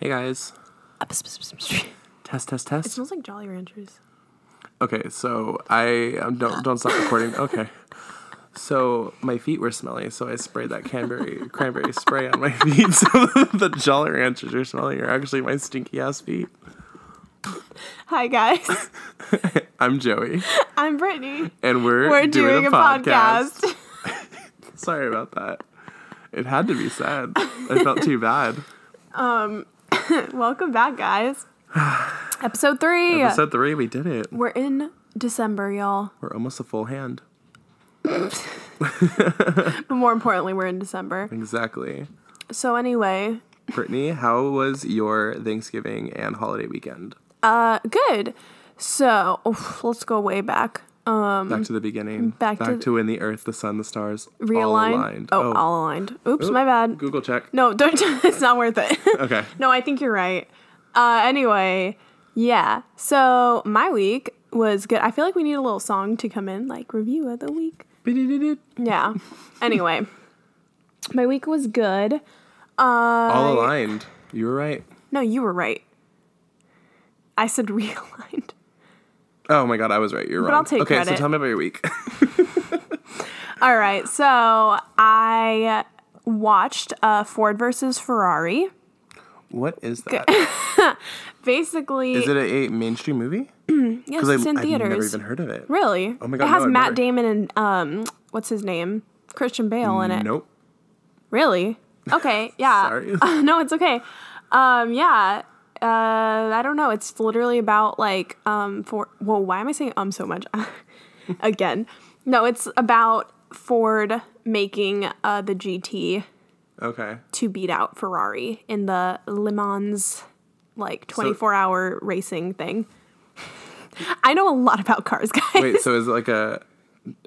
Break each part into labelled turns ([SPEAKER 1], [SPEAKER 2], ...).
[SPEAKER 1] Hey guys.
[SPEAKER 2] It
[SPEAKER 1] Test test test.
[SPEAKER 2] smells like Jolly Ranchers.
[SPEAKER 1] Okay, so I um, don't don't stop recording. Okay. So my feet were smelly, so I sprayed that cranberry cranberry spray on my feet. So the Jolly Ranchers you're smelling are actually my stinky ass feet.
[SPEAKER 2] Hi guys,
[SPEAKER 1] I'm Joey,
[SPEAKER 2] I'm Brittany.
[SPEAKER 1] and we're
[SPEAKER 2] We're doing, a podcast.
[SPEAKER 1] Sorry about that. It had to be said. I felt too bad.
[SPEAKER 2] Welcome back, guys. Episode three.
[SPEAKER 1] Episode three, we did it.
[SPEAKER 2] We're in December, y'all.
[SPEAKER 1] We're almost a full hand.
[SPEAKER 2] But more importantly, we're in December.
[SPEAKER 1] Exactly.
[SPEAKER 2] So anyway,
[SPEAKER 1] Brittany, how was your Thanksgiving and holiday weekend?
[SPEAKER 2] uh, good. So oof, let's go way back. Um,
[SPEAKER 1] Back to the beginning.
[SPEAKER 2] Back to
[SPEAKER 1] to,
[SPEAKER 2] th-
[SPEAKER 1] when the earth, the sun, the stars all
[SPEAKER 2] realign.
[SPEAKER 1] aligned.
[SPEAKER 2] Oh, all aligned. Oops, my bad.
[SPEAKER 1] Google check.
[SPEAKER 2] No, don't. it's not worth it.
[SPEAKER 1] Okay.
[SPEAKER 2] No, I think you're right. Uh, anyway, yeah. So my week was good. I feel like we need a little song to come in, like review of the week. Yeah. anyway, my week was good. Uh,
[SPEAKER 1] All aligned. You were right.
[SPEAKER 2] no, you were right. I said realigned.
[SPEAKER 1] Oh my god, I was right. You're wrong.
[SPEAKER 2] I'll take
[SPEAKER 1] okay,
[SPEAKER 2] credit.
[SPEAKER 1] so tell me about your week.
[SPEAKER 2] All right. So I watched uh, Ford versus Ferrari.
[SPEAKER 1] what is that? Is
[SPEAKER 2] Basically,
[SPEAKER 1] it a, a mainstream movie?
[SPEAKER 2] yes,
[SPEAKER 1] Because
[SPEAKER 2] it's in
[SPEAKER 1] I've never
[SPEAKER 2] theaters.
[SPEAKER 1] even heard of it.
[SPEAKER 2] Really?
[SPEAKER 1] Oh my God,
[SPEAKER 2] It has
[SPEAKER 1] no, I've
[SPEAKER 2] Matt
[SPEAKER 1] never-
[SPEAKER 2] Damon and um, what's his name? Christian Bale in it.
[SPEAKER 1] Nope.
[SPEAKER 2] Really? Okay. Yeah.
[SPEAKER 1] Sorry.
[SPEAKER 2] no, it's okay. Um, yeah. Uh, I don't know. It's literally about like um for well, why am I saying um so much? Again, no, it's about Ford making uh the GT
[SPEAKER 1] Okay.
[SPEAKER 2] to beat out Ferrari in the Le Mans like 24 hour racing thing. I know a lot about cars, guys.
[SPEAKER 1] Wait, so is it like a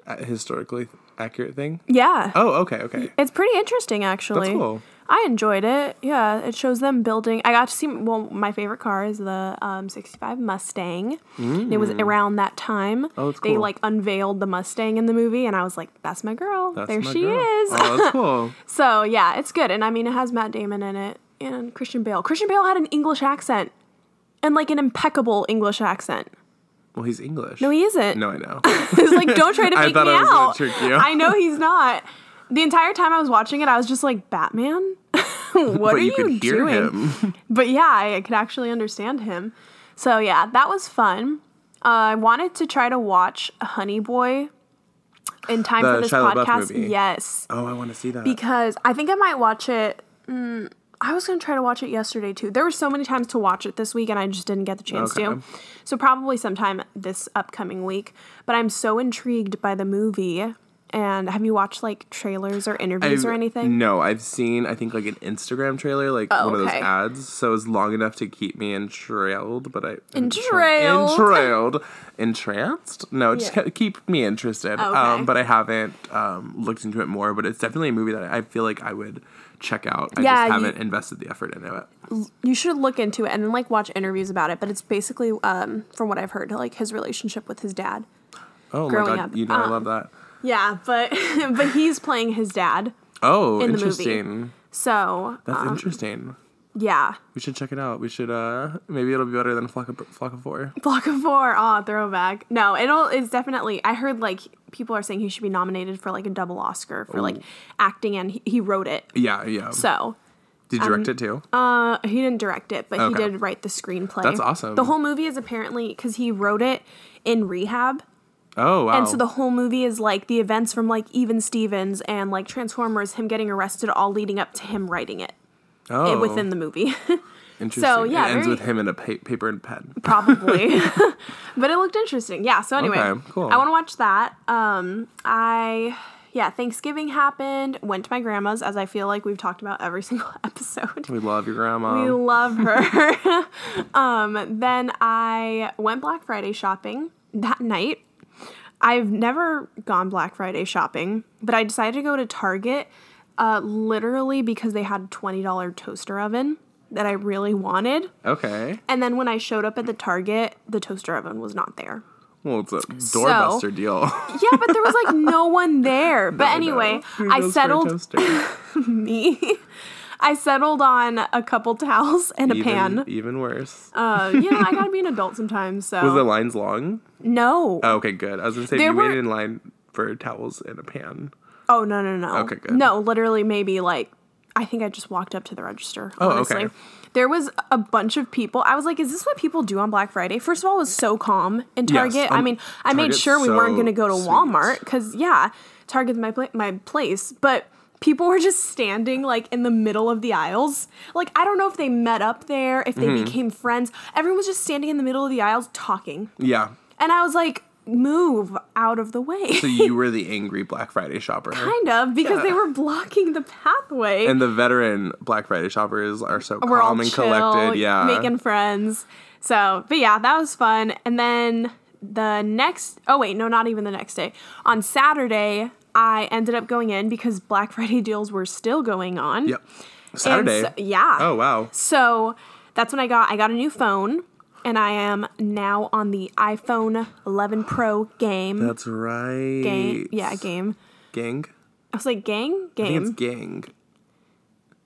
[SPEAKER 1] a historically accurate thing?
[SPEAKER 2] Yeah.
[SPEAKER 1] Oh, okay, okay.
[SPEAKER 2] It's pretty interesting, actually.
[SPEAKER 1] cool.
[SPEAKER 2] I enjoyed it. Yeah, it shows them building. I got to see. Well, my favorite car is the um, '65 Mustang. It was around that time.
[SPEAKER 1] Mm. Oh, that's
[SPEAKER 2] They
[SPEAKER 1] cool.
[SPEAKER 2] like unveiled the Mustang in the movie, and I was like, "That's my girl.
[SPEAKER 1] That's
[SPEAKER 2] there
[SPEAKER 1] my
[SPEAKER 2] she
[SPEAKER 1] girl.
[SPEAKER 2] is."
[SPEAKER 1] Oh, that's cool.
[SPEAKER 2] So yeah, it's good. And I mean, it has Matt Damon in it and Christian Bale. Christian Bale had an English accent, and like an impeccable English accent.
[SPEAKER 1] Well, he's English.
[SPEAKER 2] No, he isn't.
[SPEAKER 1] No, I know.
[SPEAKER 2] It's like, don't try to
[SPEAKER 1] I
[SPEAKER 2] fake me
[SPEAKER 1] thought I was gonna
[SPEAKER 2] out.
[SPEAKER 1] trick you.
[SPEAKER 2] I know he's not. The entire time I was watching it, I was just like, Batman? what
[SPEAKER 1] but
[SPEAKER 2] are
[SPEAKER 1] you
[SPEAKER 2] you,
[SPEAKER 1] could hear
[SPEAKER 2] doing?
[SPEAKER 1] him.
[SPEAKER 2] But yeah, I could actually understand him. So yeah, that was fun. Uh, I wanted to try to watch Honey Boy in time
[SPEAKER 1] The
[SPEAKER 2] for this
[SPEAKER 1] Shia LaBeouf
[SPEAKER 2] podcast.
[SPEAKER 1] movie.
[SPEAKER 2] Yes.
[SPEAKER 1] Oh, I want to see that.
[SPEAKER 2] Because I think I might watch it. mm, I was going to try to watch it yesterday too. There were so many times to watch it this week and I just didn't get the chance
[SPEAKER 1] Okay.
[SPEAKER 2] to. So probably sometime this upcoming week. But I'm so intrigued by the movie. And have you watched like trailers or interviews or
[SPEAKER 1] I've-
[SPEAKER 2] anything? Oh,
[SPEAKER 1] No, I've seen I think like an Instagram trailer, like one of
[SPEAKER 2] okay.
[SPEAKER 1] those ads. So it was long enough to keep me entrailed, but I
[SPEAKER 2] Entrailed.
[SPEAKER 1] entrailed, entranced. No, it just
[SPEAKER 2] Yeah. Oh,
[SPEAKER 1] kept, keep me interested.
[SPEAKER 2] Okay.
[SPEAKER 1] Um, but I haven't um, looked into it more. But it's definitely a movie that I feel like I would check out. I
[SPEAKER 2] Yeah, you-
[SPEAKER 1] just haven't invested the effort into it.
[SPEAKER 2] You should look into it and then like watch interviews about it. But it's basically, um, from what I've heard, like his relationship with his dad.
[SPEAKER 1] Oh my
[SPEAKER 2] Growing
[SPEAKER 1] god,
[SPEAKER 2] up, Um,
[SPEAKER 1] you know I love that.
[SPEAKER 2] Yeah, but but he's playing his dad.
[SPEAKER 1] Oh,
[SPEAKER 2] in the movie.
[SPEAKER 1] interesting.
[SPEAKER 2] So
[SPEAKER 1] That's
[SPEAKER 2] um,
[SPEAKER 1] interesting.
[SPEAKER 2] yeah,
[SPEAKER 1] We should check it out. We should. uh Maybe it'll be better than Flock of Flock of Four.
[SPEAKER 2] Block of Four, ah, throwback. No, it'll is definitely. I heard like people are saying he should be nominated for like a double Oscar for like acting, and he, he wrote it.
[SPEAKER 1] Yeah, yeah.
[SPEAKER 2] So
[SPEAKER 1] Did you direct it too?
[SPEAKER 2] uh, he didn't direct it, but he
[SPEAKER 1] Okay.
[SPEAKER 2] did write the screenplay.
[SPEAKER 1] That's awesome.
[SPEAKER 2] The whole movie is apparently because he wrote it in rehab.
[SPEAKER 1] oh wow.
[SPEAKER 2] And so the whole movie is like the events from like Even Stevens and like Transformers, him getting arrested, all leading up to him writing it
[SPEAKER 1] oh.
[SPEAKER 2] within the movie.
[SPEAKER 1] Interesting.
[SPEAKER 2] So, yeah,
[SPEAKER 1] it ends
[SPEAKER 2] very-
[SPEAKER 1] with him in a pa- paper and pen.
[SPEAKER 2] probably but it looked interesting yeah so anyway
[SPEAKER 1] Okay, cool.
[SPEAKER 2] i want to watch that um i yeah thanksgiving happened went to my grandma's as i feel like we've talked about every single episode
[SPEAKER 1] We love your
[SPEAKER 2] we
[SPEAKER 1] grandma.
[SPEAKER 2] love her um then i went black friday shopping that night i've never gone black friday shopping but i decided to go to target uh literally because they had a $20 toaster oven that i really wanted
[SPEAKER 1] okay.
[SPEAKER 2] and then when I showed up at the Target, the toaster oven was not there.
[SPEAKER 1] Well, it's a doorbuster deal.
[SPEAKER 2] Yeah, but there was like no one there. But anyway,
[SPEAKER 1] Who
[SPEAKER 2] I
[SPEAKER 1] goes for a
[SPEAKER 2] settled
[SPEAKER 1] toaster?
[SPEAKER 2] me. I settled on a couple towels and a
[SPEAKER 1] even,
[SPEAKER 2] pan.
[SPEAKER 1] Even worse.
[SPEAKER 2] Uh, you know, I gotta be an adult sometimes. So
[SPEAKER 1] was the lines long?
[SPEAKER 2] no.
[SPEAKER 1] Oh, okay, good. I was gonna say
[SPEAKER 2] There
[SPEAKER 1] you
[SPEAKER 2] were-
[SPEAKER 1] waited in line for towels and a pan.
[SPEAKER 2] oh no no no.
[SPEAKER 1] Okay, good.
[SPEAKER 2] No, literally maybe like I think I just walked up to the register.
[SPEAKER 1] Oh,
[SPEAKER 2] honestly.
[SPEAKER 1] okay.
[SPEAKER 2] There was a bunch of people. I was like, is this what people do on Black Friday? First of all, it was so calm in Target. I
[SPEAKER 1] um,
[SPEAKER 2] mean, I made
[SPEAKER 1] Target's
[SPEAKER 2] sure we weren't
[SPEAKER 1] so
[SPEAKER 2] going to go to
[SPEAKER 1] sweet.
[SPEAKER 2] Walmart because, yeah, Target's my, pla- my place. But people were just standing like in the middle of the aisles. Like, I don't know if they met up there, if they
[SPEAKER 1] Mm-hmm.
[SPEAKER 2] became friends. Everyone was just standing in the middle of the aisles talking.
[SPEAKER 1] Yeah.
[SPEAKER 2] And I was like, move out of the way.
[SPEAKER 1] So you were the angry Black Friday shopper.
[SPEAKER 2] kind of, because they were blocking the pathway.
[SPEAKER 1] And the veteran Black Friday shoppers are so
[SPEAKER 2] we're all
[SPEAKER 1] calm and collected.
[SPEAKER 2] chill,
[SPEAKER 1] Yeah.
[SPEAKER 2] making friends. So, but yeah, that was fun. And then the next, oh wait, no, not even the next day. On Saturday, I ended up going in because Black Friday deals were still going on.
[SPEAKER 1] yep.
[SPEAKER 2] And
[SPEAKER 1] Saturday.
[SPEAKER 2] so- yeah.
[SPEAKER 1] Oh wow.
[SPEAKER 2] So that's when I got I got a new phone, and I am now on the iPhone 11 Pro game.
[SPEAKER 1] That's right.
[SPEAKER 2] game, yeah, game.
[SPEAKER 1] Gang.
[SPEAKER 2] I was like, gang,
[SPEAKER 1] I think it's
[SPEAKER 2] game.
[SPEAKER 1] gang.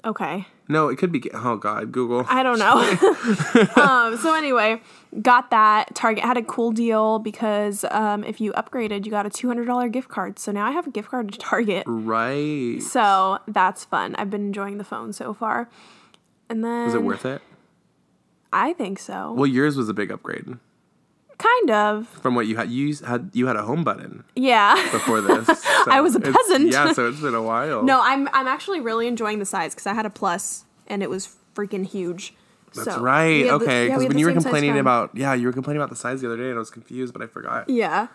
[SPEAKER 2] Okay.
[SPEAKER 1] No, it could be. ga- Oh God, Google.
[SPEAKER 2] I don't know. um, so anyway, got that. Target had a cool deal because um, if you upgraded, you got a two hundred dollar gift card. So now I have a gift card to Target.
[SPEAKER 1] right.
[SPEAKER 2] So that's fun. I've been enjoying the phone so far. And then
[SPEAKER 1] Was it worth it?
[SPEAKER 2] I think so.
[SPEAKER 1] Well, yours was a big upgrade
[SPEAKER 2] kind of.
[SPEAKER 1] from what you had. You s- had you had a home button
[SPEAKER 2] Yeah.
[SPEAKER 1] before this. so
[SPEAKER 2] I was a
[SPEAKER 1] it's-
[SPEAKER 2] peasant.
[SPEAKER 1] Yeah, so it's been a while.
[SPEAKER 2] no, I'm I'm actually really enjoying the size because I had a plus and it was freaking huge.
[SPEAKER 1] That's
[SPEAKER 2] So-
[SPEAKER 1] right.
[SPEAKER 2] We had the- yeah,
[SPEAKER 1] okay,
[SPEAKER 2] we
[SPEAKER 1] because
[SPEAKER 2] had
[SPEAKER 1] when
[SPEAKER 2] the
[SPEAKER 1] you were
[SPEAKER 2] same size
[SPEAKER 1] complaining
[SPEAKER 2] phone.
[SPEAKER 1] about yeah, you were complaining about the size the other day, and I was confused, but I forgot.
[SPEAKER 2] Yeah.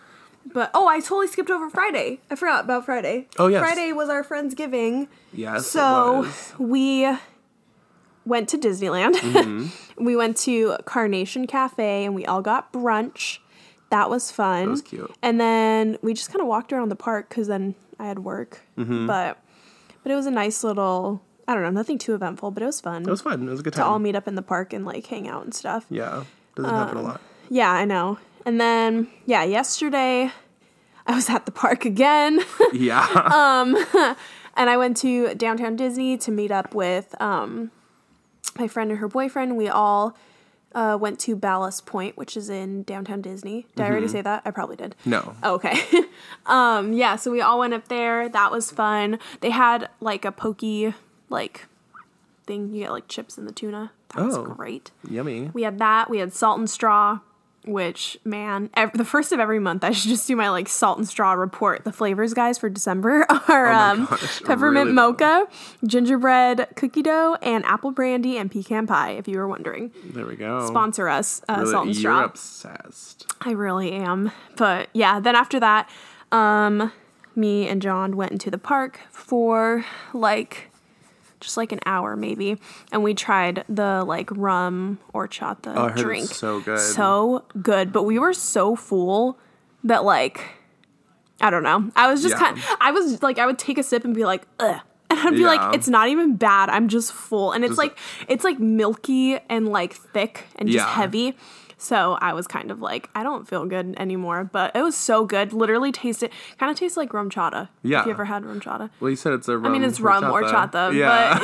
[SPEAKER 2] But oh, I totally skipped over Friday. I forgot about Friday.
[SPEAKER 1] Oh, yes.
[SPEAKER 2] Friday was our friends giving.
[SPEAKER 1] Yes, it
[SPEAKER 2] So
[SPEAKER 1] was.
[SPEAKER 2] we went to Disneyland.
[SPEAKER 1] Mm-hmm.
[SPEAKER 2] we went to Carnation Cafe and we all got brunch. That was fun. That
[SPEAKER 1] was cute.
[SPEAKER 2] And then we just kind of walked around the park because then I had work.
[SPEAKER 1] Mm-hmm.
[SPEAKER 2] But but it was a nice little. I don't know, nothing too eventful, but it was fun
[SPEAKER 1] It was fun. It was a good
[SPEAKER 2] to all
[SPEAKER 1] time.
[SPEAKER 2] meet up in the park and like hang out and stuff.
[SPEAKER 1] yeah, doesn't happen
[SPEAKER 2] Um,
[SPEAKER 1] a lot.
[SPEAKER 2] Yeah, I know. And then, yeah, yesterday I was at the park again
[SPEAKER 1] Yeah,
[SPEAKER 2] Um, and I went to downtown Disney to meet up with um, my friend and her boyfriend. We all uh, went to Ballast Point, which is in downtown Disney. Did I already say that? I probably did.
[SPEAKER 1] Mm-hmm. no.
[SPEAKER 2] Oh, okay. um, yeah, so we all went up there. That was fun. They had like a pokey, like, thing. You get like chips and the tuna. That was
[SPEAKER 1] Oh.
[SPEAKER 2] great.
[SPEAKER 1] Yummy.
[SPEAKER 2] We had that. We had salt and straw, which man, ev- the first of every month, I should just do my like salt and straw report. The flavors, guys, for December are
[SPEAKER 1] Oh my
[SPEAKER 2] um,
[SPEAKER 1] gosh,
[SPEAKER 2] peppermint
[SPEAKER 1] really
[SPEAKER 2] mocha, gingerbread cookie dough, and apple brandy and pecan pie. If you were wondering,
[SPEAKER 1] There we go.
[SPEAKER 2] sponsor us, uh,
[SPEAKER 1] Mm. Really,
[SPEAKER 2] salt and
[SPEAKER 1] you're
[SPEAKER 2] straw.
[SPEAKER 1] obsessed.
[SPEAKER 2] I really am. But yeah, then after that, um, me and John went into the park for like just like an hour maybe, and we tried the like rum horchata
[SPEAKER 1] Oh, I heard it's
[SPEAKER 2] drink.
[SPEAKER 1] so good.
[SPEAKER 2] so good. But we were so full that like I don't know. I was just
[SPEAKER 1] Yeah.
[SPEAKER 2] kind. I was like, I would take a sip and be like, ugh. And I'd be
[SPEAKER 1] Yeah.
[SPEAKER 2] like, it's not even bad. I'm just full, and it's
[SPEAKER 1] Just-
[SPEAKER 2] like it's like milky and like thick and just
[SPEAKER 1] Yeah.
[SPEAKER 2] heavy. So I was kind of like, I don't feel good anymore, but it was so good. Literally tasted kind of tastes like rum chata.
[SPEAKER 1] Yeah.
[SPEAKER 2] If you ever had rum chata.
[SPEAKER 1] Well, you said it's a rum.
[SPEAKER 2] I mean, it's rum or chata,
[SPEAKER 1] Yeah.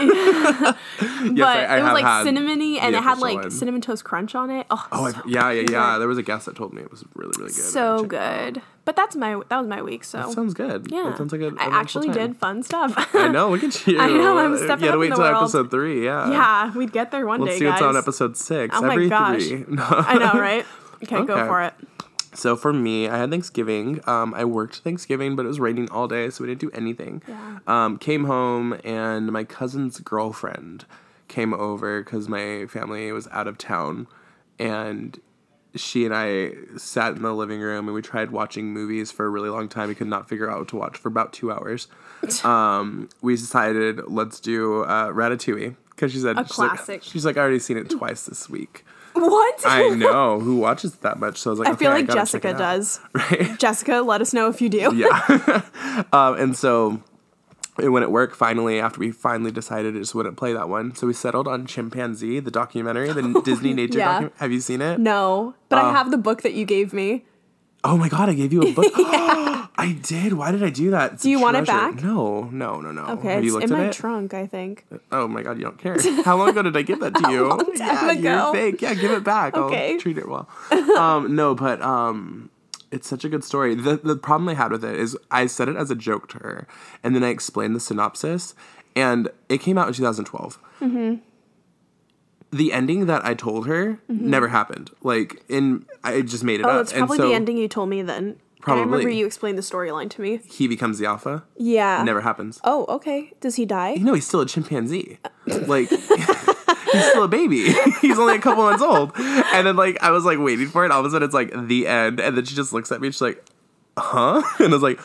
[SPEAKER 2] but, but
[SPEAKER 1] I- I
[SPEAKER 2] it was
[SPEAKER 1] have
[SPEAKER 2] like
[SPEAKER 1] had
[SPEAKER 2] cinnamony and
[SPEAKER 1] the
[SPEAKER 2] it had
[SPEAKER 1] official
[SPEAKER 2] like
[SPEAKER 1] one.
[SPEAKER 2] cinnamon toast crunch on it. Oh,
[SPEAKER 1] oh, I,
[SPEAKER 2] so,
[SPEAKER 1] yeah, yeah, yeah. There was a guest that told me it was really, really good. I
[SPEAKER 2] so
[SPEAKER 1] checked it out.
[SPEAKER 2] good. But that's my that was my week. So
[SPEAKER 1] That sounds good.
[SPEAKER 2] yeah,
[SPEAKER 1] That sounds like a a
[SPEAKER 2] I
[SPEAKER 1] wonderful
[SPEAKER 2] actually
[SPEAKER 1] time.
[SPEAKER 2] did fun stuff.
[SPEAKER 1] I know. Look at you.
[SPEAKER 2] I know, I'm
[SPEAKER 1] You
[SPEAKER 2] stepping
[SPEAKER 1] gotta
[SPEAKER 2] up in
[SPEAKER 1] wait
[SPEAKER 2] the
[SPEAKER 1] till
[SPEAKER 2] world.
[SPEAKER 1] episode three. Yeah.
[SPEAKER 2] yeah, we'd get there one
[SPEAKER 1] Let's
[SPEAKER 2] day,
[SPEAKER 1] see
[SPEAKER 2] guys.
[SPEAKER 1] what's on episode six.
[SPEAKER 2] Oh my
[SPEAKER 1] every
[SPEAKER 2] gosh.
[SPEAKER 1] three.
[SPEAKER 2] I know, right? Okay, go
[SPEAKER 1] Okay.
[SPEAKER 2] for it.
[SPEAKER 1] So for me, I had Thanksgiving. Um, I worked Thanksgiving, but it was raining all day, so we didn't do anything.
[SPEAKER 2] Yeah.
[SPEAKER 1] Um, came home, and my cousin's girlfriend came over because my family was out of town, and she and I sat in the living room and we tried watching movies for a really long time. We could not figure out what to watch for about two hours. Um, we decided let's do uh, Ratatouille because she said she's
[SPEAKER 2] classic.
[SPEAKER 1] Like, she's like I already seen it twice this week.
[SPEAKER 2] What?
[SPEAKER 1] I know who watches that much, so I was like,
[SPEAKER 2] I feel
[SPEAKER 1] "Okay,
[SPEAKER 2] like
[SPEAKER 1] gotta check
[SPEAKER 2] Jessica
[SPEAKER 1] it out."
[SPEAKER 2] does.
[SPEAKER 1] Right.
[SPEAKER 2] Jessica, let us know if you do.
[SPEAKER 1] yeah. um, and so it went at work finally after we finally decided it just wouldn't play that one. So we settled on Chimpanzee, the documentary, the Disney nature
[SPEAKER 2] Yeah.
[SPEAKER 1] documentary. Have you seen it?
[SPEAKER 2] No, but I have the book that you gave me.
[SPEAKER 1] Oh my God, I gave you a book. I did. Why did I do that? It's
[SPEAKER 2] Do
[SPEAKER 1] a
[SPEAKER 2] you want it
[SPEAKER 1] treasure.
[SPEAKER 2] back?
[SPEAKER 1] No, no, no, no. Oh,
[SPEAKER 2] Okay,
[SPEAKER 1] Have you
[SPEAKER 2] it's
[SPEAKER 1] looked
[SPEAKER 2] in
[SPEAKER 1] at
[SPEAKER 2] my
[SPEAKER 1] it?
[SPEAKER 2] trunk, I think.
[SPEAKER 1] oh my god, you don't care. How long ago did I give that to you?
[SPEAKER 2] long
[SPEAKER 1] yeah,
[SPEAKER 2] time ago.
[SPEAKER 1] you're fake. Yeah, give it back.
[SPEAKER 2] Okay.
[SPEAKER 1] I'll treat it well. Um, no, but um, it's such a good story. The the problem I had with it is I said it as a joke to her, and then I explained the synopsis, and it came out in 2012
[SPEAKER 2] Mm-hmm.
[SPEAKER 1] the ending that I told her never happened. Like in I just made it
[SPEAKER 2] Mm-hmm. Oh,
[SPEAKER 1] up.
[SPEAKER 2] it's probably
[SPEAKER 1] and so
[SPEAKER 2] the ending you told me then. I remember
[SPEAKER 1] Probably.
[SPEAKER 2] you explained the storyline to me.
[SPEAKER 1] he becomes the alpha.
[SPEAKER 2] Yeah.
[SPEAKER 1] Never happens.
[SPEAKER 2] Oh, okay. Does he die?
[SPEAKER 1] You know, he's still a chimpanzee. like he's still a baby. he's only a couple months old. And then like I was like waiting for it. All of a sudden it's like the end. And then she just looks at me and she's like, huh? And I was like,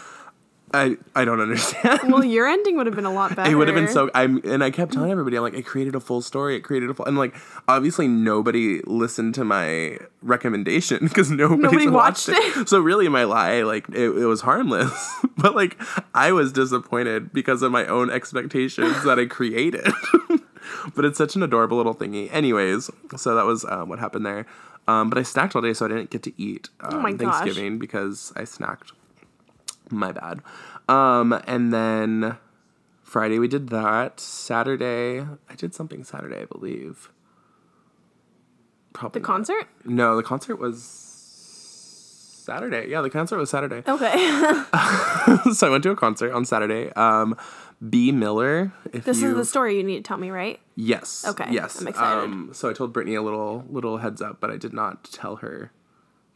[SPEAKER 1] I I don't understand.
[SPEAKER 2] Well, your ending would have been a lot better.
[SPEAKER 1] It would have been so. I'm and I kept telling everybody, I'm like, it created a full story. It created a full, and like obviously nobody listened to my recommendation because nobody,
[SPEAKER 2] Nobody
[SPEAKER 1] watched,
[SPEAKER 2] watched
[SPEAKER 1] it. So really, my lie, like it, it was harmless, but like I was disappointed because of my own expectations that I created. but it's such an adorable little thingy. Anyways, so that was um, what happened there. Um, but I snacked all day, so I didn't get to eat um,
[SPEAKER 2] Oh my gosh.
[SPEAKER 1] Thanksgiving because I snacked. My bad. Um, and then Friday we did that. Saturday I did something Saturday, I believe. Probably
[SPEAKER 2] The concert?
[SPEAKER 1] No, the concert was Saturday. Yeah, the concert was Saturday.
[SPEAKER 2] Okay. Oh.
[SPEAKER 1] so I went to a concert on Saturday. Um, B Miller. If
[SPEAKER 2] this
[SPEAKER 1] you,
[SPEAKER 2] is the story you need to tell me, right?
[SPEAKER 1] yes.
[SPEAKER 2] Okay,
[SPEAKER 1] Yes.
[SPEAKER 2] I'm excited.
[SPEAKER 1] Um, so I told Brittany a little little heads up, but I did not tell her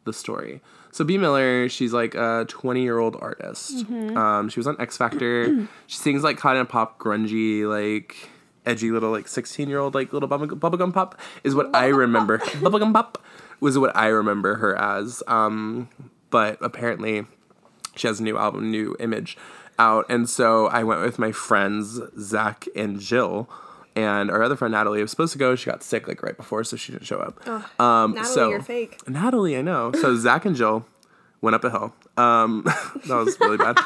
[SPEAKER 1] the story. So B Miller, she's like a 20 year old artist.
[SPEAKER 2] Mm-hmm.
[SPEAKER 1] Um, she was on X Factor. she sings like cotton pop, grungy, like edgy little like 16 year old like little bubble bubblegum pop is what I remember. bubblegum pop was what I remember her as. Um, but apparently she has a new album, new image out. And so I went with my friends, Zach and Jill. And our other friend Natalie was supposed to go. She got sick like right before, so she didn't show up. um,
[SPEAKER 2] Natalie,
[SPEAKER 1] so
[SPEAKER 2] you're fake.
[SPEAKER 1] Natalie, I know. So Zach and Jill went up a hill. Um, that was really bad.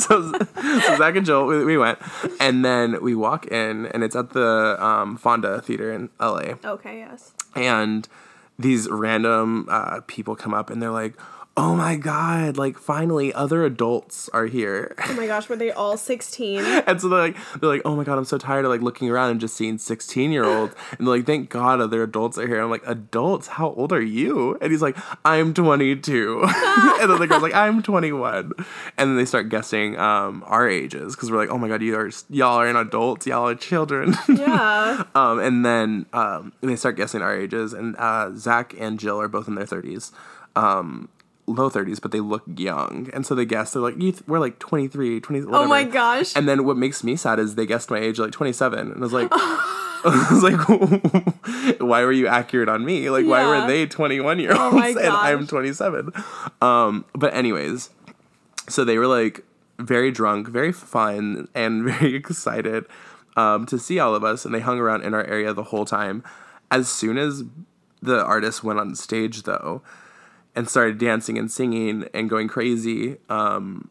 [SPEAKER 1] so, so Zach and Jill, we, we went, and then we walk in, and it's at the um, Fonda Theater in LA
[SPEAKER 2] Okay, yes.
[SPEAKER 1] and these random uh, people come up and they're like oh my god like finally other adults are here
[SPEAKER 2] Oh my gosh, were they all 16?
[SPEAKER 1] and so they're like they're like oh my god i'm so tired of like looking around and just seeing 16 year olds and they're like thank god other adults are here i'm like adults how old are you and he's like i'm 22 and then the girl's like i'm 21 and then they start guessing um our ages because we're like oh my god you are y'all are an adults y'all are children
[SPEAKER 2] Yeah.
[SPEAKER 1] um, and then um, they start guessing our ages, and uh, Zach and Jill are both in their thirties, um, low thirties, but they look young, and so they guess they're like you th- we're like 23, 20, whatever.
[SPEAKER 2] Oh my gosh.
[SPEAKER 1] And then what makes me sad is they guessed my age like twenty seven, and I was like. I was like, why were you accurate on me? Like, why
[SPEAKER 2] Yeah.
[SPEAKER 1] were they 21 year olds
[SPEAKER 2] Oh my
[SPEAKER 1] and I'm
[SPEAKER 2] gosh.
[SPEAKER 1] 27? Um, but, anyways, so they were like very drunk, very fun, and very excited um, to see all of us. And they hung around in our area the whole time. As soon as the artist went on stage, though, and started dancing and singing and going crazy, um,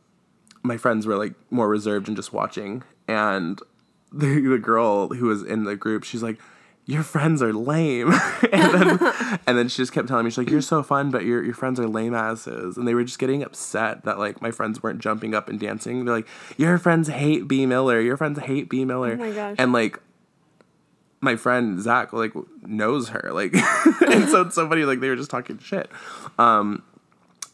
[SPEAKER 1] my friends were like more reserved and just watching. And the, the girl who was in the group, she's like, "Your friends are lame," and then and then she just kept telling me, "She's like, you're so fun, but your your friends are lame asses." And they were just getting upset that like my friends weren't jumping up and dancing. They're like, "Your friends hate B Miller. Your friends hate B Miller."
[SPEAKER 2] Oh my gosh.
[SPEAKER 1] And like my friend Zach like knows her like, and so it's so funny like they were just talking shit and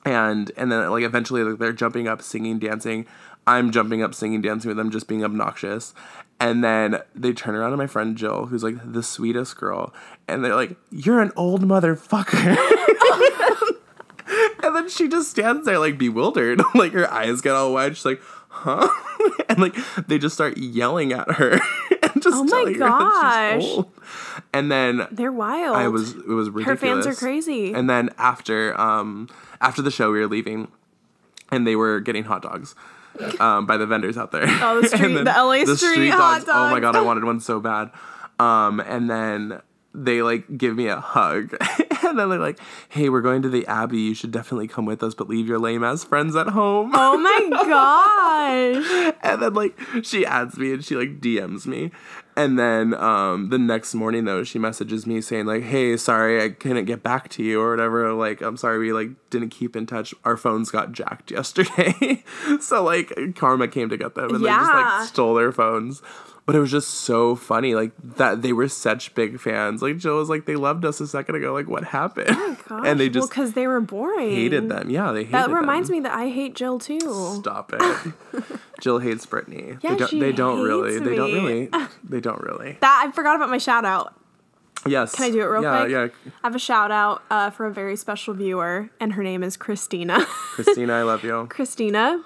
[SPEAKER 1] and then like eventually like they're jumping up singing dancing i'm jumping up singing dancing with them just being obnoxious and then they turn around to my friend jill who's like the sweetest girl and they're like you're an old motherfucker and then she just stands there like bewildered like her eyes get all wide she's like huh and like they just start yelling at her and just
[SPEAKER 2] Oh my
[SPEAKER 1] telling her that
[SPEAKER 2] gosh.
[SPEAKER 1] she's old. and then
[SPEAKER 2] They're wild.
[SPEAKER 1] I was it was ridiculous.
[SPEAKER 2] fans are crazy.
[SPEAKER 1] And then after um after the show we were leaving and they were getting hot dogs um by the vendors out there.
[SPEAKER 2] Oh, the
[SPEAKER 1] And
[SPEAKER 2] street-
[SPEAKER 1] then
[SPEAKER 2] the LA street hot
[SPEAKER 1] Oh my
[SPEAKER 2] dogs.
[SPEAKER 1] god, I wanted one so bad. Um and then they like give me a hug. and then they're like, hey, we're going to the Abbey. You should definitely come with us, but leave your lame ass friends at home.
[SPEAKER 2] Oh my gosh.
[SPEAKER 1] and then like she adds me and she like DMs me. And then um the next morning though, she messages me saying like, "Hey, sorry I couldn't get back to you or whatever. Like, I'm sorry we like didn't keep in touch. Our phones got jacked yesterday." so like karma came to get them and they just
[SPEAKER 2] Yeah.
[SPEAKER 1] like stole their phones. But it was just so funny like that they were such big fans. Like Jill was like, "They loved us a second ago. Like, what happened?"
[SPEAKER 2] Oh
[SPEAKER 1] and they just
[SPEAKER 2] because they were boring.
[SPEAKER 1] hated them. Yeah, they hated
[SPEAKER 2] That reminds
[SPEAKER 1] them.
[SPEAKER 2] me that I hate Jill too.
[SPEAKER 1] Stop it. Jill hates Britney.
[SPEAKER 2] Yeah,
[SPEAKER 1] they don't,
[SPEAKER 2] she
[SPEAKER 1] they don't really.
[SPEAKER 2] hates
[SPEAKER 1] They don't
[SPEAKER 2] me.
[SPEAKER 1] really. They don't really.
[SPEAKER 2] That I forgot about my shout out.
[SPEAKER 1] Yes. Can
[SPEAKER 2] I do it real
[SPEAKER 1] yeah,
[SPEAKER 2] quick?
[SPEAKER 1] Yeah,
[SPEAKER 2] I have a shout out uh, for a very special viewer, and her name is Christina.
[SPEAKER 1] Christina, I love you.
[SPEAKER 2] Christina,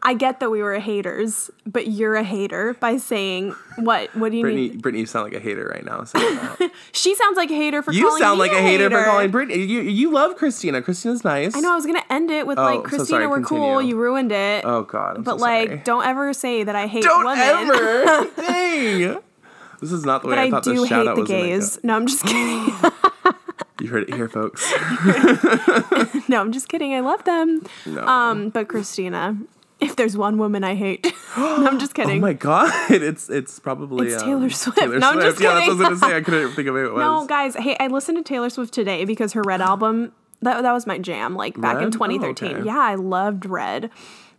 [SPEAKER 2] I get that we were haters, but you're a hater by saying what? What do you mean?
[SPEAKER 1] Brittany, Brittany, you sound like a hater right now. So you
[SPEAKER 2] She sounds like a hater for calling
[SPEAKER 1] sound
[SPEAKER 2] me
[SPEAKER 1] like a hater, for calling Brittany. You, you love Christina. Christina's nice.
[SPEAKER 2] I know I was gonna end it with like
[SPEAKER 1] Oh, so
[SPEAKER 2] Christina,
[SPEAKER 1] sorry,
[SPEAKER 2] we're cool.
[SPEAKER 1] continue.
[SPEAKER 2] You ruined it.
[SPEAKER 1] Oh God, I'm
[SPEAKER 2] but
[SPEAKER 1] so
[SPEAKER 2] like,
[SPEAKER 1] sorry.
[SPEAKER 2] don't ever say that I hate
[SPEAKER 1] don't
[SPEAKER 2] women.
[SPEAKER 1] ever. Dang. This is not the way
[SPEAKER 2] But
[SPEAKER 1] I,
[SPEAKER 2] I,
[SPEAKER 1] thought
[SPEAKER 2] do
[SPEAKER 1] this shout
[SPEAKER 2] hate
[SPEAKER 1] out
[SPEAKER 2] the
[SPEAKER 1] was. gonna go.
[SPEAKER 2] gays. No, I'm just kidding.
[SPEAKER 1] You heard it here, folks.
[SPEAKER 2] no, I'm just kidding. I love them.
[SPEAKER 1] No.
[SPEAKER 2] Um, but Christina, if there's one woman I hate, no, I'm just
[SPEAKER 1] oh
[SPEAKER 2] kidding.
[SPEAKER 1] my God, it's it's probably
[SPEAKER 2] It's
[SPEAKER 1] um,
[SPEAKER 2] Taylor Swift. No, I'm just
[SPEAKER 1] yeah, that's what I was
[SPEAKER 2] kidding.
[SPEAKER 1] gonna say. I couldn't think of who it was.
[SPEAKER 2] no, guys. Hey, I listened to Taylor Swift today because her Red album that that was my jam. Like back
[SPEAKER 1] Red? Oh,
[SPEAKER 2] in 2013.
[SPEAKER 1] okay.
[SPEAKER 2] Yeah, I loved Red,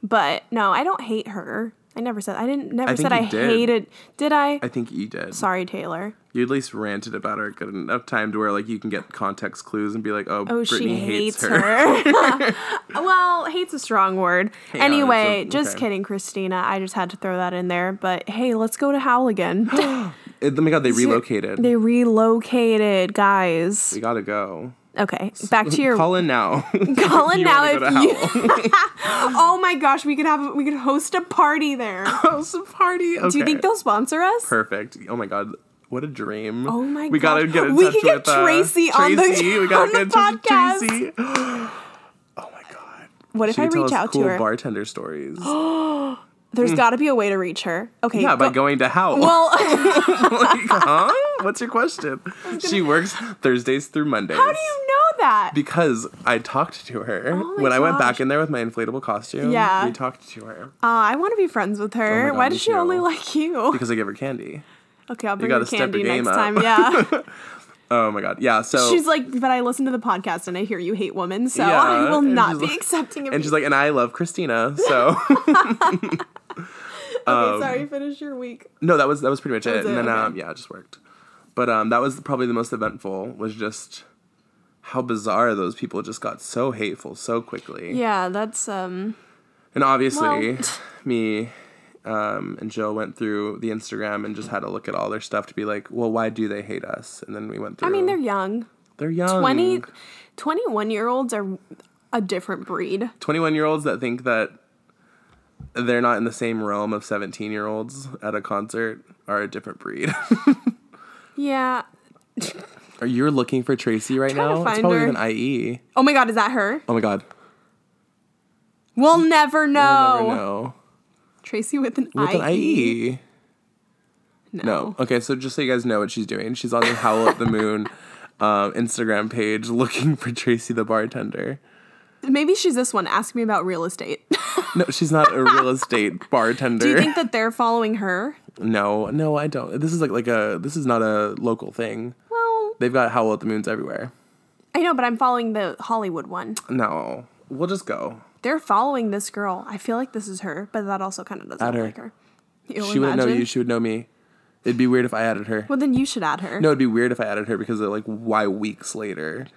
[SPEAKER 2] but no, I don't hate her. I never said I didn't. Never
[SPEAKER 1] I think
[SPEAKER 2] said I
[SPEAKER 1] you did.
[SPEAKER 2] hated. Did I?
[SPEAKER 1] I think you did.
[SPEAKER 2] Sorry, Taylor.
[SPEAKER 1] You at least ranted about her good enough time to where like you can get context clues and be like, oh,
[SPEAKER 2] Oh,
[SPEAKER 1] Brittany
[SPEAKER 2] she
[SPEAKER 1] hates,
[SPEAKER 2] hates,
[SPEAKER 1] her.
[SPEAKER 2] her. well, hates a strong word.
[SPEAKER 1] on, it's
[SPEAKER 2] anyway,
[SPEAKER 1] a-
[SPEAKER 2] just
[SPEAKER 1] okay.
[SPEAKER 2] kidding, Christina. I just had to throw that in there. But hey, let's go to Howl again.
[SPEAKER 1] It- oh my god, they relocated.
[SPEAKER 2] they relocated, guys.
[SPEAKER 1] we gotta go.
[SPEAKER 2] Okay, back to your
[SPEAKER 1] Call in now.
[SPEAKER 2] Call in
[SPEAKER 1] You
[SPEAKER 2] now
[SPEAKER 1] wanna
[SPEAKER 2] if
[SPEAKER 1] go to
[SPEAKER 2] you. oh my gosh, we could have we could host a party there.
[SPEAKER 1] house party. Okay.
[SPEAKER 2] Do you think they'll sponsor us?
[SPEAKER 1] perfect? Oh my god, what a dream.
[SPEAKER 2] Oh my
[SPEAKER 1] We gotta
[SPEAKER 2] gosh.
[SPEAKER 1] get in
[SPEAKER 2] We
[SPEAKER 1] touch
[SPEAKER 2] could get
[SPEAKER 1] with uh,
[SPEAKER 2] Tracy on the-
[SPEAKER 1] Tracy. We gotta
[SPEAKER 2] on
[SPEAKER 1] get in
[SPEAKER 2] the
[SPEAKER 1] touch with
[SPEAKER 2] podcast.
[SPEAKER 1] Tracy. Oh my god.
[SPEAKER 2] What if
[SPEAKER 1] She
[SPEAKER 2] I
[SPEAKER 1] could tell
[SPEAKER 2] reach
[SPEAKER 1] us
[SPEAKER 2] out
[SPEAKER 1] cool
[SPEAKER 2] to her?
[SPEAKER 1] bartender stories.
[SPEAKER 2] There's got to be a way to reach her. Okay.
[SPEAKER 1] Hmm. yeah, by
[SPEAKER 2] go-
[SPEAKER 1] going to how?
[SPEAKER 2] well,
[SPEAKER 1] like, huh? What's your question? She works Thursdays through Mondays.
[SPEAKER 2] how do you know that?
[SPEAKER 1] Because I talked to her
[SPEAKER 2] Oh my
[SPEAKER 1] when I went
[SPEAKER 2] gosh.
[SPEAKER 1] back in there with my inflatable costume.
[SPEAKER 2] Yeah.
[SPEAKER 1] we talked to her
[SPEAKER 2] Uh, I want to be friends with
[SPEAKER 1] Oh
[SPEAKER 2] her.
[SPEAKER 1] God,
[SPEAKER 2] Why
[SPEAKER 1] me
[SPEAKER 2] does she
[SPEAKER 1] too.
[SPEAKER 2] only like you?
[SPEAKER 1] because I gave her candy.
[SPEAKER 2] Okay, I'll bring
[SPEAKER 1] gotta
[SPEAKER 2] her
[SPEAKER 1] step your
[SPEAKER 2] candy
[SPEAKER 1] game up.
[SPEAKER 2] next time. Yeah.
[SPEAKER 1] Oh my god, yeah. So
[SPEAKER 2] She's like, but I listen to the podcast and I hear you hate women, so
[SPEAKER 1] Yeah,
[SPEAKER 2] I will
[SPEAKER 1] and
[SPEAKER 2] not
[SPEAKER 1] she's
[SPEAKER 2] be
[SPEAKER 1] like-
[SPEAKER 2] accepting of
[SPEAKER 1] and
[SPEAKER 2] you.
[SPEAKER 1] she's like, and I love Christina. So
[SPEAKER 2] okay, sorry,
[SPEAKER 1] um,
[SPEAKER 2] finish your week.
[SPEAKER 1] no, that was that was pretty much it.
[SPEAKER 2] was
[SPEAKER 1] And
[SPEAKER 2] it,
[SPEAKER 1] then
[SPEAKER 2] okay.
[SPEAKER 1] um, yeah, it just worked. But um, that was probably the most eventful. Was just how bizarre those people just got so hateful so quickly.
[SPEAKER 2] Yeah, that's um
[SPEAKER 1] And obviously,
[SPEAKER 2] Well-
[SPEAKER 1] me um, and Jill went through the Instagram and just had to look at all their stuff to be like, well, why do they hate us? And then we went through.
[SPEAKER 2] I mean they're young.
[SPEAKER 1] they're young.
[SPEAKER 2] 20 21 year olds are a different breed.
[SPEAKER 1] 21 year olds that think that they're not in the same realm of 17 year olds at a concert are a different breed.
[SPEAKER 2] Yeah.
[SPEAKER 1] Are you looking for Tracy right
[SPEAKER 2] Trying to
[SPEAKER 1] now? It's
[SPEAKER 2] find
[SPEAKER 1] probably
[SPEAKER 2] her.
[SPEAKER 1] with an IE.
[SPEAKER 2] Oh my god, is that her?
[SPEAKER 1] Oh my god.
[SPEAKER 2] We'll never know.
[SPEAKER 1] Never know.
[SPEAKER 2] Tracy with an
[SPEAKER 1] With an
[SPEAKER 2] IE.
[SPEAKER 1] IE.
[SPEAKER 2] E? No.
[SPEAKER 1] No. Okay, so just so you guys know what she's doing, she's on the Howl at the Moon um, Instagram page looking for Tracy the bartender.
[SPEAKER 2] Maybe she's this one. Ask me about real estate.
[SPEAKER 1] No, she's not a real estate bartender.
[SPEAKER 2] Do you think that they're following her?
[SPEAKER 1] no, no, I don't. This is like like a this is not a local thing.
[SPEAKER 2] Well,
[SPEAKER 1] They've got Howl at the Moons everywhere.
[SPEAKER 2] I know, but I'm following the Hollywood one.
[SPEAKER 1] No. We'll just go.
[SPEAKER 2] They're following this girl. I feel like this is her, but that also kind of doesn't
[SPEAKER 1] Add her.
[SPEAKER 2] like her. You'll
[SPEAKER 1] she wouldn't know
[SPEAKER 2] imagine?
[SPEAKER 1] you, she would know me. It'd be weird if I added her.
[SPEAKER 2] well, then you should add her.
[SPEAKER 1] No, it'd be weird if I added her because of, like, why weeks later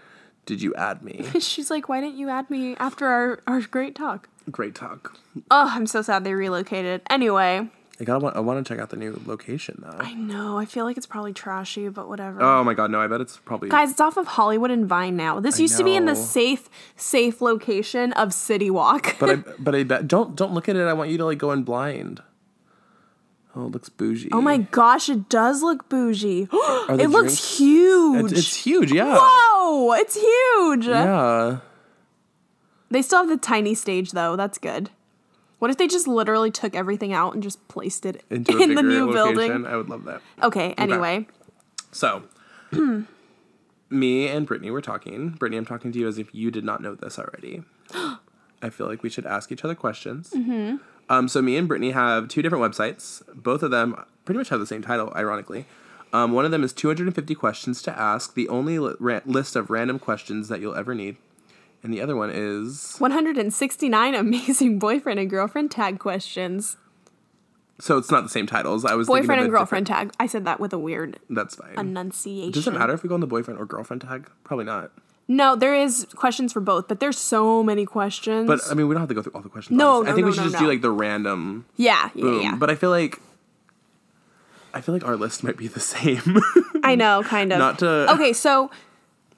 [SPEAKER 1] did you add me?
[SPEAKER 2] She's like, why didn't you add me after our, our great talk?
[SPEAKER 1] Great talk.
[SPEAKER 2] Oh, I'm so sad they relocated. Anyway,
[SPEAKER 1] I gotta want. I want to check out the new location though.
[SPEAKER 2] I know. I feel like it's probably trashy, but whatever.
[SPEAKER 1] oh my god, no! I bet it's probably.
[SPEAKER 2] Guys, it's off of Hollywood and Vine now. This used to be in the
[SPEAKER 1] know.
[SPEAKER 2] safe, safe location of City Walk.
[SPEAKER 1] But I but I bet don't don't look at it. I want you to like go in blind. Oh, it looks bougie.
[SPEAKER 2] oh my gosh, it does look bougie. it
[SPEAKER 1] the
[SPEAKER 2] looks
[SPEAKER 1] drinks-
[SPEAKER 2] huge.
[SPEAKER 1] It's, it's huge. Yeah.
[SPEAKER 2] Whoa, it's huge.
[SPEAKER 1] Yeah.
[SPEAKER 2] They still have the tiny stage though. That's good. What if they just literally took everything out and just placed it
[SPEAKER 1] Into a
[SPEAKER 2] in
[SPEAKER 1] bigger
[SPEAKER 2] the new
[SPEAKER 1] location.
[SPEAKER 2] building?
[SPEAKER 1] I would love that.
[SPEAKER 2] Okay, anyway.
[SPEAKER 1] So, me and Brittany were talking. Brittany, I'm talking to you as if you did not know this already. I feel like we should ask each other questions.
[SPEAKER 2] Mm-hmm.
[SPEAKER 1] Um, so me and Brittany have two different websites. Both of them pretty much have the same title, ironically. Um, one of them is 250 questions to ask, the only li- ra- list of random questions that you'll ever need. And the other one is
[SPEAKER 2] 169 amazing boyfriend and girlfriend tag questions.
[SPEAKER 1] so it's not the same titles. I was thinking
[SPEAKER 2] Boyfriend
[SPEAKER 1] of
[SPEAKER 2] and
[SPEAKER 1] a
[SPEAKER 2] girlfriend tag. I said that with a weird
[SPEAKER 1] different- That's fine.
[SPEAKER 2] enunciation.
[SPEAKER 1] Does it matter if we go on the boyfriend or girlfriend tag? Probably not.
[SPEAKER 2] No, there is questions for both, but there's so many questions.
[SPEAKER 1] But uh, I mean, we don't have to go through all the questions.
[SPEAKER 2] No,
[SPEAKER 1] honestly. I
[SPEAKER 2] no,
[SPEAKER 1] think we
[SPEAKER 2] no,
[SPEAKER 1] should
[SPEAKER 2] no,
[SPEAKER 1] just do
[SPEAKER 2] no.
[SPEAKER 1] like the random.
[SPEAKER 2] yeah, yeah,
[SPEAKER 1] Boom.
[SPEAKER 2] yeah.
[SPEAKER 1] But I feel like I feel like our list might be the same.
[SPEAKER 2] I know, kind of.
[SPEAKER 1] Not to-
[SPEAKER 2] Okay, so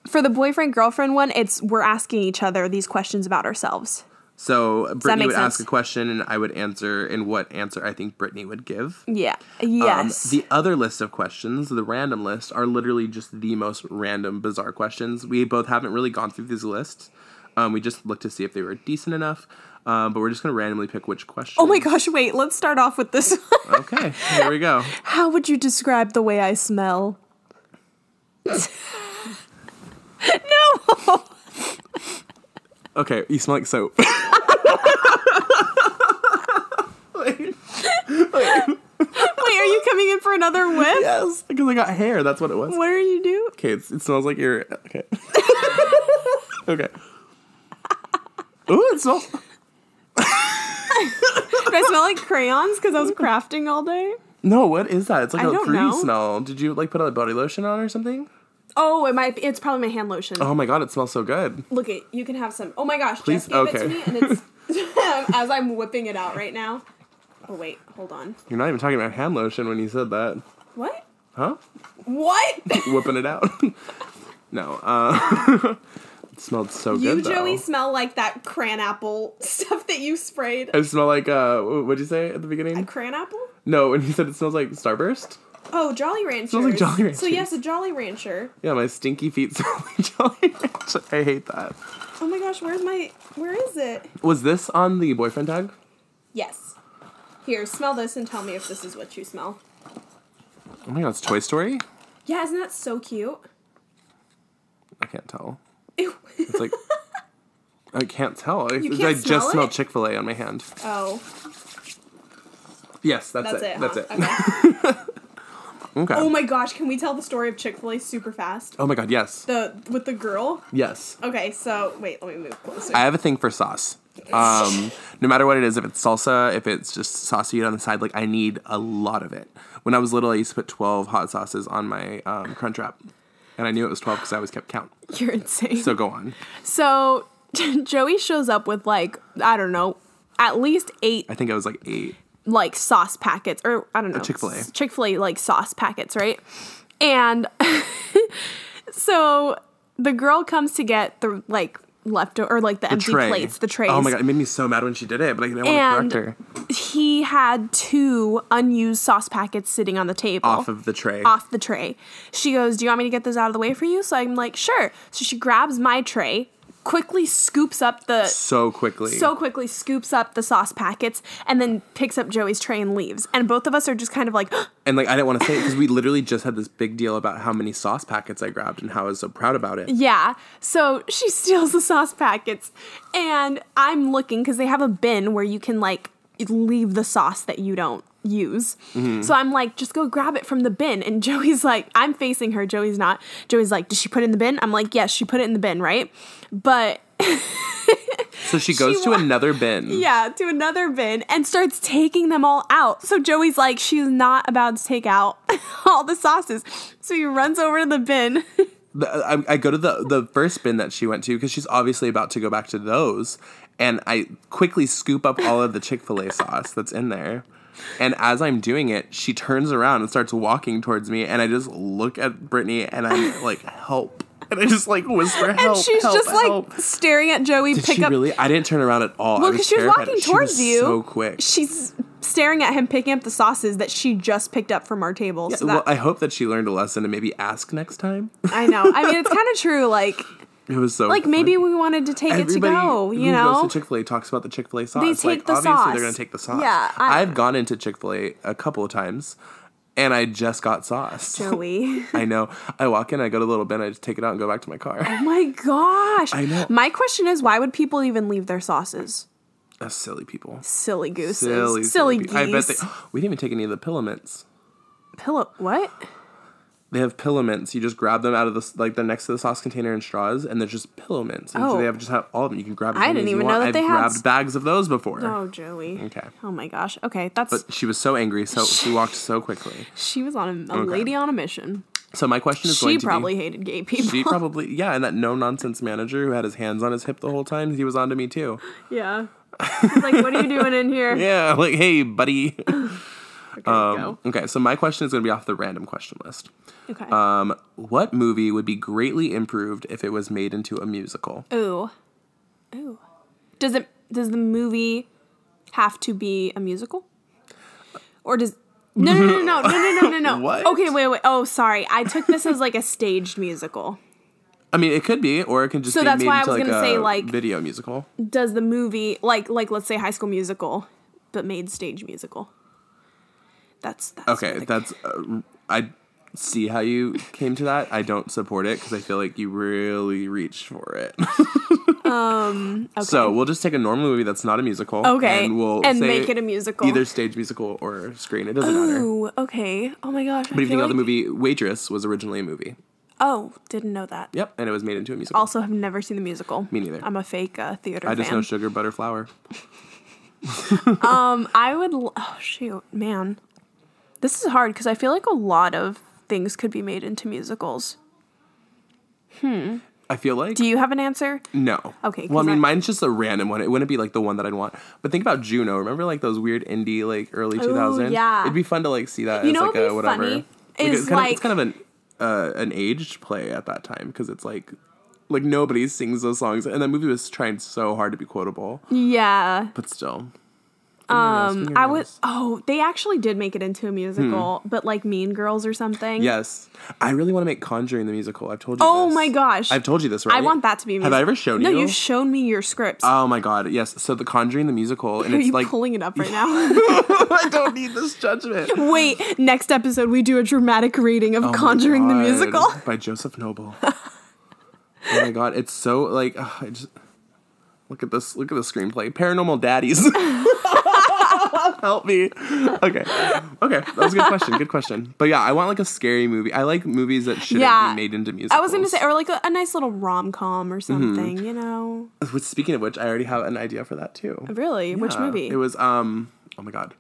[SPEAKER 2] for the boyfriend girlfriend one, it's we're asking each other these questions about ourselves.
[SPEAKER 1] so Brittany
[SPEAKER 2] make
[SPEAKER 1] would ask
[SPEAKER 2] sense?
[SPEAKER 1] a question and I would answer and what answer I think Brittany would give.
[SPEAKER 2] Yeah.
[SPEAKER 1] Um,
[SPEAKER 2] Yes.
[SPEAKER 1] the other list of questions, the random list, are literally just the most random, bizarre questions. We both haven't really gone through these lists. Um, we just looked to see if they were decent enough. Um, but we're just gonna randomly pick which question.
[SPEAKER 2] oh my gosh, wait, let's start off with this one.
[SPEAKER 1] Okay, here we go.
[SPEAKER 2] How would you describe the way I smell? no.
[SPEAKER 1] Okay, you smell like soap. Wait.
[SPEAKER 2] Wait, are you coming in for another whiff?
[SPEAKER 1] Yes, because I got hair. That's what it was.
[SPEAKER 2] What are you doing?
[SPEAKER 1] Okay, it's, it smells like your. Okay. okay. Ooh, it smells.
[SPEAKER 2] Do I smell like crayons because I was crafting all day?
[SPEAKER 1] No, what is that? It's like
[SPEAKER 2] I
[SPEAKER 1] a
[SPEAKER 2] don't
[SPEAKER 1] fruity
[SPEAKER 2] know.
[SPEAKER 1] smell. Did you like put a body lotion on or something?
[SPEAKER 2] Oh, it might. Be, it's probably my hand lotion.
[SPEAKER 1] Oh my god, it smells so good.
[SPEAKER 2] Look it. You can have some. Oh my gosh,
[SPEAKER 1] Please?
[SPEAKER 2] Jess
[SPEAKER 1] Okay.
[SPEAKER 2] gave it to me, and it's as I'm whipping it out right now. Oh wait, hold on.
[SPEAKER 1] You're not even talking about hand lotion when you said that,
[SPEAKER 2] What?
[SPEAKER 1] huh?
[SPEAKER 2] What?
[SPEAKER 1] Whipping it out. no, uh, it smelled so
[SPEAKER 2] you,
[SPEAKER 1] good. though.
[SPEAKER 2] Joey, smell like that cran apple stuff that you sprayed.
[SPEAKER 1] I smell like uh, wh- what'd you say at the beginning?
[SPEAKER 2] Cran apple?
[SPEAKER 1] No, when you said it smells like Starburst.
[SPEAKER 2] Oh, Jolly Rancher.
[SPEAKER 1] like Jolly
[SPEAKER 2] So
[SPEAKER 1] Ranchers.
[SPEAKER 2] yes, a Jolly Rancher.
[SPEAKER 1] Yeah, my stinky feet smell like Jolly Rancher. I hate that.
[SPEAKER 2] Oh my gosh, where's my? Where is it?
[SPEAKER 1] Was this on the boyfriend tag?
[SPEAKER 2] Yes. Here, smell this and tell me if this is what you smell.
[SPEAKER 1] Oh my god, it's Toy Story.
[SPEAKER 2] Yeah, isn't that so cute?
[SPEAKER 1] I can't tell.
[SPEAKER 2] Ew.
[SPEAKER 1] It's like I can't tell. I,
[SPEAKER 2] can't
[SPEAKER 1] I
[SPEAKER 2] smell
[SPEAKER 1] just smelled
[SPEAKER 2] it?
[SPEAKER 1] Chick Fil A on my hand.
[SPEAKER 2] oh,
[SPEAKER 1] Yes, that's,
[SPEAKER 2] that's
[SPEAKER 1] it.
[SPEAKER 2] it.
[SPEAKER 1] That's
[SPEAKER 2] huh?
[SPEAKER 1] it.
[SPEAKER 2] Okay.
[SPEAKER 1] Okay.
[SPEAKER 2] Oh my gosh, can we tell the story of Chick fil A super fast?
[SPEAKER 1] Oh my god. Yes.
[SPEAKER 2] The with the girl?
[SPEAKER 1] Yes.
[SPEAKER 2] Okay, so wait, let me move closer.
[SPEAKER 1] I have a thing for sauce. Um, no matter what it is, if it's salsa, if it's just sauce you eat on the side, like I need a lot of it. When I was little, I used to put twelve hot sauces on my um, crunch wrap, and I knew it was twelve because I always kept count.
[SPEAKER 2] You're insane. So,
[SPEAKER 1] So go on.
[SPEAKER 2] Joey shows up with like, I don't know, at least eight
[SPEAKER 1] I think I was like eight.
[SPEAKER 2] like sauce packets or I don't know.
[SPEAKER 1] Chick-fil-A.
[SPEAKER 2] Chick fil A like sauce packets, right? And so the girl comes to get the like leftover or like the, empty
[SPEAKER 1] Tray.
[SPEAKER 2] plates, the trays.
[SPEAKER 1] Oh my god, it made me so mad when she did it, but I didn't want
[SPEAKER 2] And
[SPEAKER 1] to correct her
[SPEAKER 2] He had two unused sauce packets sitting on the table.
[SPEAKER 1] off of the tray.
[SPEAKER 2] off the tray. She goes, Do you want me to get those out of the way for you? So I'm like, Sure. So she grabs my tray, quickly scoops up the.
[SPEAKER 1] so quickly.
[SPEAKER 2] So quickly scoops up the sauce packets and then picks up Joey's tray and leaves. And both of us are just kind of like,
[SPEAKER 1] and like I didn't want to say it because we literally just had this big deal about how many sauce packets I grabbed and how I was so proud about it.
[SPEAKER 2] yeah. So she steals the sauce packets. And I'm looking because they have a bin where you can like leave the sauce that you don't use.
[SPEAKER 1] Mm-hmm.
[SPEAKER 2] So I'm like, just go grab it from the bin. And Joey's like, I'm facing her. Joey's not. Joey's like, did she put it in the bin? I'm like, yes, she put it in the bin, right? But
[SPEAKER 1] So she goes to
[SPEAKER 2] wa-
[SPEAKER 1] another bin.
[SPEAKER 2] yeah, to another bin and starts taking them all out. So Joey's like, she's not about to take out all the sauces. So he runs over to the bin.
[SPEAKER 1] The- I, I go to the the first bin that she went to because she's obviously about to go back to those, and I quickly scoop up all of the Chick Fil A sauce that's in there. And as I'm doing it, she turns around and starts walking towards me, and I just look at Brittany and I'm like, "Help!" And I just like whisper, "Help!"
[SPEAKER 2] She's
[SPEAKER 1] help,
[SPEAKER 2] just like
[SPEAKER 1] help.
[SPEAKER 2] staring at Joey
[SPEAKER 1] Did
[SPEAKER 2] pick
[SPEAKER 1] she
[SPEAKER 2] up.
[SPEAKER 1] really? I didn't turn around at all.
[SPEAKER 2] well,
[SPEAKER 1] I
[SPEAKER 2] because she was
[SPEAKER 1] terrified.
[SPEAKER 2] walking
[SPEAKER 1] She was
[SPEAKER 2] towards you.
[SPEAKER 1] so quick.
[SPEAKER 2] She's staring at him picking up the sauces that she just picked up from our table. so
[SPEAKER 1] well,
[SPEAKER 2] that-
[SPEAKER 1] I hope that she learned a lesson and maybe ask next time.
[SPEAKER 2] I know. I mean, it's kind of true. Like,
[SPEAKER 1] It was so
[SPEAKER 2] like maybe we wanted to take it to go. You know.
[SPEAKER 1] goes to Chick Fil A talks about the Chick Fil A sauce.
[SPEAKER 2] They
[SPEAKER 1] like,
[SPEAKER 2] take the
[SPEAKER 1] obviously
[SPEAKER 2] sauce.
[SPEAKER 1] They're gonna take the sauce.
[SPEAKER 2] Yeah, I-
[SPEAKER 1] I, have gone into Chick Fil A a couple of times, and I just got sauce.
[SPEAKER 2] Joey.
[SPEAKER 1] I know. I walk in, I go to the little bin, I just take it out and go back to my car.
[SPEAKER 2] Oh my gosh.
[SPEAKER 1] I know.
[SPEAKER 2] My question is why would people even leave their sauces?
[SPEAKER 1] That's silly people.
[SPEAKER 2] Silly gooses.
[SPEAKER 1] Silly,
[SPEAKER 2] Silly, geese.
[SPEAKER 1] people. I bet they. We didn't even take any of the pillaments.
[SPEAKER 2] Pillow. What?
[SPEAKER 1] They have pillow mints. You just grab them out of the s- like they're next to the sauce container and straws, and there's just pillow mints. And so
[SPEAKER 2] Oh.
[SPEAKER 1] they have just have all of them. You can grab. As
[SPEAKER 2] I
[SPEAKER 1] many
[SPEAKER 2] didn't
[SPEAKER 1] as you
[SPEAKER 2] even
[SPEAKER 1] want.
[SPEAKER 2] know that
[SPEAKER 1] I've
[SPEAKER 2] they had
[SPEAKER 1] grabbed
[SPEAKER 2] s-
[SPEAKER 1] bags of those before.
[SPEAKER 2] Oh, Joey.
[SPEAKER 1] Okay.
[SPEAKER 2] Oh my gosh. Okay, that's.
[SPEAKER 1] She was so angry, so she walked so quickly.
[SPEAKER 2] she was on a, a lady on a mission.
[SPEAKER 1] So my question is
[SPEAKER 2] She
[SPEAKER 1] going to
[SPEAKER 2] probably
[SPEAKER 1] be.
[SPEAKER 2] hated gay people.
[SPEAKER 1] She probably, yeah, and that no nonsense manager who had his hands on his hip the whole time, he was onto me too.
[SPEAKER 2] yeah. She's like, what are you doing in here?
[SPEAKER 1] Yeah, Um, like, hey, buddy.
[SPEAKER 2] Okay, go.
[SPEAKER 1] Okay, so my question is going to be off the random question list.
[SPEAKER 2] Okay.
[SPEAKER 1] Um, what movie would be greatly improved if it was made into a musical?
[SPEAKER 2] Ooh. Ooh. Does it does the movie have to be a musical? Or does No no no no no no no no no.
[SPEAKER 1] What?
[SPEAKER 2] Okay, wait, wait. Oh, sorry. I took this as like a staged musical.
[SPEAKER 1] I mean, it could be, or it could just
[SPEAKER 2] So
[SPEAKER 1] be
[SPEAKER 2] that's
[SPEAKER 1] made
[SPEAKER 2] why I
[SPEAKER 1] into
[SPEAKER 2] was
[SPEAKER 1] like
[SPEAKER 2] gonna
[SPEAKER 1] a
[SPEAKER 2] say, like-
[SPEAKER 1] video musical.
[SPEAKER 2] Does the movie like like let's say high school musical, but made stage musical? That's that's
[SPEAKER 1] Okay,
[SPEAKER 2] what the-
[SPEAKER 1] that's uh, I see how you came to that. I don't support it because I feel like you really reached for it. So we'll just take a normal movie that's not a musical.
[SPEAKER 2] Um, Okay,
[SPEAKER 1] and we'll
[SPEAKER 2] and
[SPEAKER 1] say
[SPEAKER 2] make it a musical.
[SPEAKER 1] either stage musical or screen. It doesn't matter.
[SPEAKER 2] Ooh, okay. Oh my gosh.
[SPEAKER 1] What do you think of the movie Waitress? Was originally a movie.
[SPEAKER 2] Oh, didn't know that.
[SPEAKER 1] Yep, and it was made into a musical.
[SPEAKER 2] Also, have never seen the musical.
[SPEAKER 1] Me neither.
[SPEAKER 2] I'm a fake uh, theater
[SPEAKER 1] I just
[SPEAKER 2] fan.
[SPEAKER 1] know sugar, butter, flour.
[SPEAKER 2] I would. l- Oh shoot, man, this is hard because I feel like a lot of things could be made into musicals.
[SPEAKER 1] I feel like
[SPEAKER 2] Do you have an answer?
[SPEAKER 1] No.
[SPEAKER 2] Okay,
[SPEAKER 1] Well, I
[SPEAKER 2] 'cause
[SPEAKER 1] mean,
[SPEAKER 2] I-
[SPEAKER 1] mine's just a random one. It wouldn't be like the one that I'd want. But think about Juno. Remember like those weird indie like early 2000s?
[SPEAKER 2] Oh, yeah.
[SPEAKER 1] It'd be fun to like see that
[SPEAKER 2] You
[SPEAKER 1] as
[SPEAKER 2] know
[SPEAKER 1] like
[SPEAKER 2] what'd
[SPEAKER 1] a
[SPEAKER 2] be
[SPEAKER 1] whatever.
[SPEAKER 2] funny
[SPEAKER 1] it's
[SPEAKER 2] is,
[SPEAKER 1] kind of, it's
[SPEAKER 2] like-
[SPEAKER 1] kind of an uh, an aged play at that time because it's like like nobody sings those songs, and that movie was trying so hard to be quotable,
[SPEAKER 2] Yeah,
[SPEAKER 1] but still.
[SPEAKER 2] um, I would. Oh, they actually did make it into a musical,
[SPEAKER 1] Hmm.
[SPEAKER 2] but like Mean Girls or something.
[SPEAKER 1] Yes, I really want to make Conjuring the musical. I've told you.
[SPEAKER 2] Oh
[SPEAKER 1] this.
[SPEAKER 2] my gosh.
[SPEAKER 1] I've told you this, right?
[SPEAKER 2] I want that to be. a
[SPEAKER 1] Have I ever shown
[SPEAKER 2] no,
[SPEAKER 1] you?
[SPEAKER 2] No, you've shown me your scripts.
[SPEAKER 1] Oh my god, yes. So the Conjuring the musical, and
[SPEAKER 2] Are
[SPEAKER 1] it's
[SPEAKER 2] you
[SPEAKER 1] like
[SPEAKER 2] pulling it up right now?
[SPEAKER 1] I don't need this judgment.
[SPEAKER 2] Wait, next episode we do a dramatic reading of Conjuring the
[SPEAKER 1] Oh God,
[SPEAKER 2] musical.
[SPEAKER 1] by Joseph Noble. oh my god, it's so like ugh, I just look at this. Look at the screenplay. Paranormal daddies. Help me. Okay, okay, that was a good question. Good question. But yeah, I want like a scary movie. I like movies that shouldn't
[SPEAKER 2] Yeah.
[SPEAKER 1] be made into music.
[SPEAKER 2] I was gonna say, or like a, a nice little rom com
[SPEAKER 1] Mm-hmm.
[SPEAKER 2] or something, you know?
[SPEAKER 1] Speaking of which, I already have an idea for that too.
[SPEAKER 2] Really? Which
[SPEAKER 1] Yeah,
[SPEAKER 2] movie?
[SPEAKER 1] It was um. Oh my god,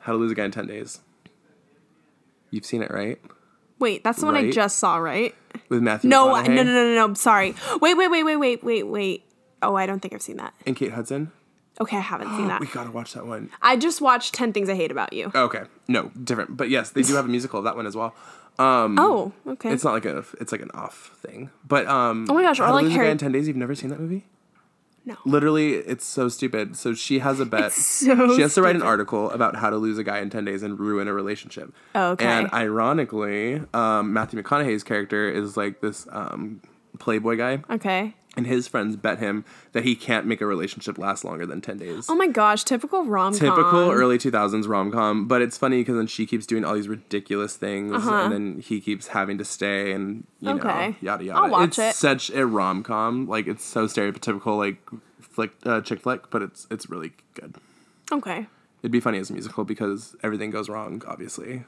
[SPEAKER 1] How to Lose a Guy in Ten Days. You've seen it, right?
[SPEAKER 2] Wait, that's the one I
[SPEAKER 1] Right?
[SPEAKER 2] just saw, right?
[SPEAKER 1] With Matthew
[SPEAKER 2] No, I-
[SPEAKER 1] McConaughey
[SPEAKER 2] no, no, no, no, no. Sorry. Wait, wait, wait, wait, wait, wait, wait. Oh, I don't think I've seen that.
[SPEAKER 1] and Kate Hudson.
[SPEAKER 2] Okay, I haven't seen that.
[SPEAKER 1] We gotta watch that one.
[SPEAKER 2] I just watched Ten Things I Hate About You.
[SPEAKER 1] Okay. No, different. But yes, they do have a musical of that one as well.
[SPEAKER 2] Oh, okay.
[SPEAKER 1] Um, It's not like a it's like an off thing. But um
[SPEAKER 2] Oh my gosh, or
[SPEAKER 1] How to
[SPEAKER 2] like
[SPEAKER 1] Lose a Guy
[SPEAKER 2] Harry-
[SPEAKER 1] in 10 days you've never seen that movie?
[SPEAKER 2] No.
[SPEAKER 1] Literally, it's so stupid. So she has a bet.
[SPEAKER 2] so
[SPEAKER 1] she has to write an
[SPEAKER 2] stupid.
[SPEAKER 1] article about how to lose a guy in 10 days and ruin a relationship.
[SPEAKER 2] Oh, Okay.
[SPEAKER 1] And ironically, um, Matthew McConaughey's character is like this um, playboy guy,
[SPEAKER 2] okay.
[SPEAKER 1] and his friends bet him that he can't make a relationship last longer than 10 days
[SPEAKER 2] Oh my gosh, typical rom com.
[SPEAKER 1] typical early 2000s rom-com but it's funny because then she keeps doing all these ridiculous things and then he keeps having to stay and you know
[SPEAKER 2] Uh-huh. Okay.
[SPEAKER 1] yada yada
[SPEAKER 2] I'll watch
[SPEAKER 1] it's
[SPEAKER 2] it.
[SPEAKER 1] such a rom-com like it's so stereotypical like flick uh, chick flick but it's it's really good
[SPEAKER 2] Okay.
[SPEAKER 1] it'd be funny as a musical because everything goes wrong obviously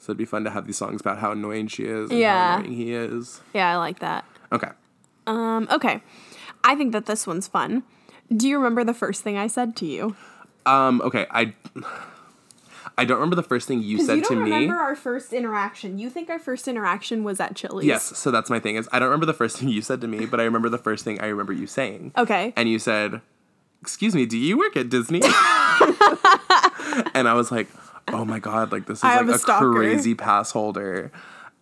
[SPEAKER 1] so it'd be fun to have these songs about how annoying she is and
[SPEAKER 2] Yeah.
[SPEAKER 1] how annoying he is
[SPEAKER 2] Yeah, I like that.
[SPEAKER 1] okay
[SPEAKER 2] Um, okay. I think that this one's fun. Do you remember the first thing I said to you?
[SPEAKER 1] um okay i i don't remember the first thing you said
[SPEAKER 2] you don't
[SPEAKER 1] to me
[SPEAKER 2] remember our first interaction. You think our first interaction was at Chili's.
[SPEAKER 1] Yes, so that's my thing is I don't remember the first thing you said to me, but I remember the first thing I remember you saying.
[SPEAKER 2] Okay.
[SPEAKER 1] And you said, "Excuse me, do you work at Disney?" and I was like, "Oh my god, like this is
[SPEAKER 2] I have
[SPEAKER 1] like
[SPEAKER 2] a
[SPEAKER 1] a,
[SPEAKER 2] stalker."
[SPEAKER 1] crazy pass holder."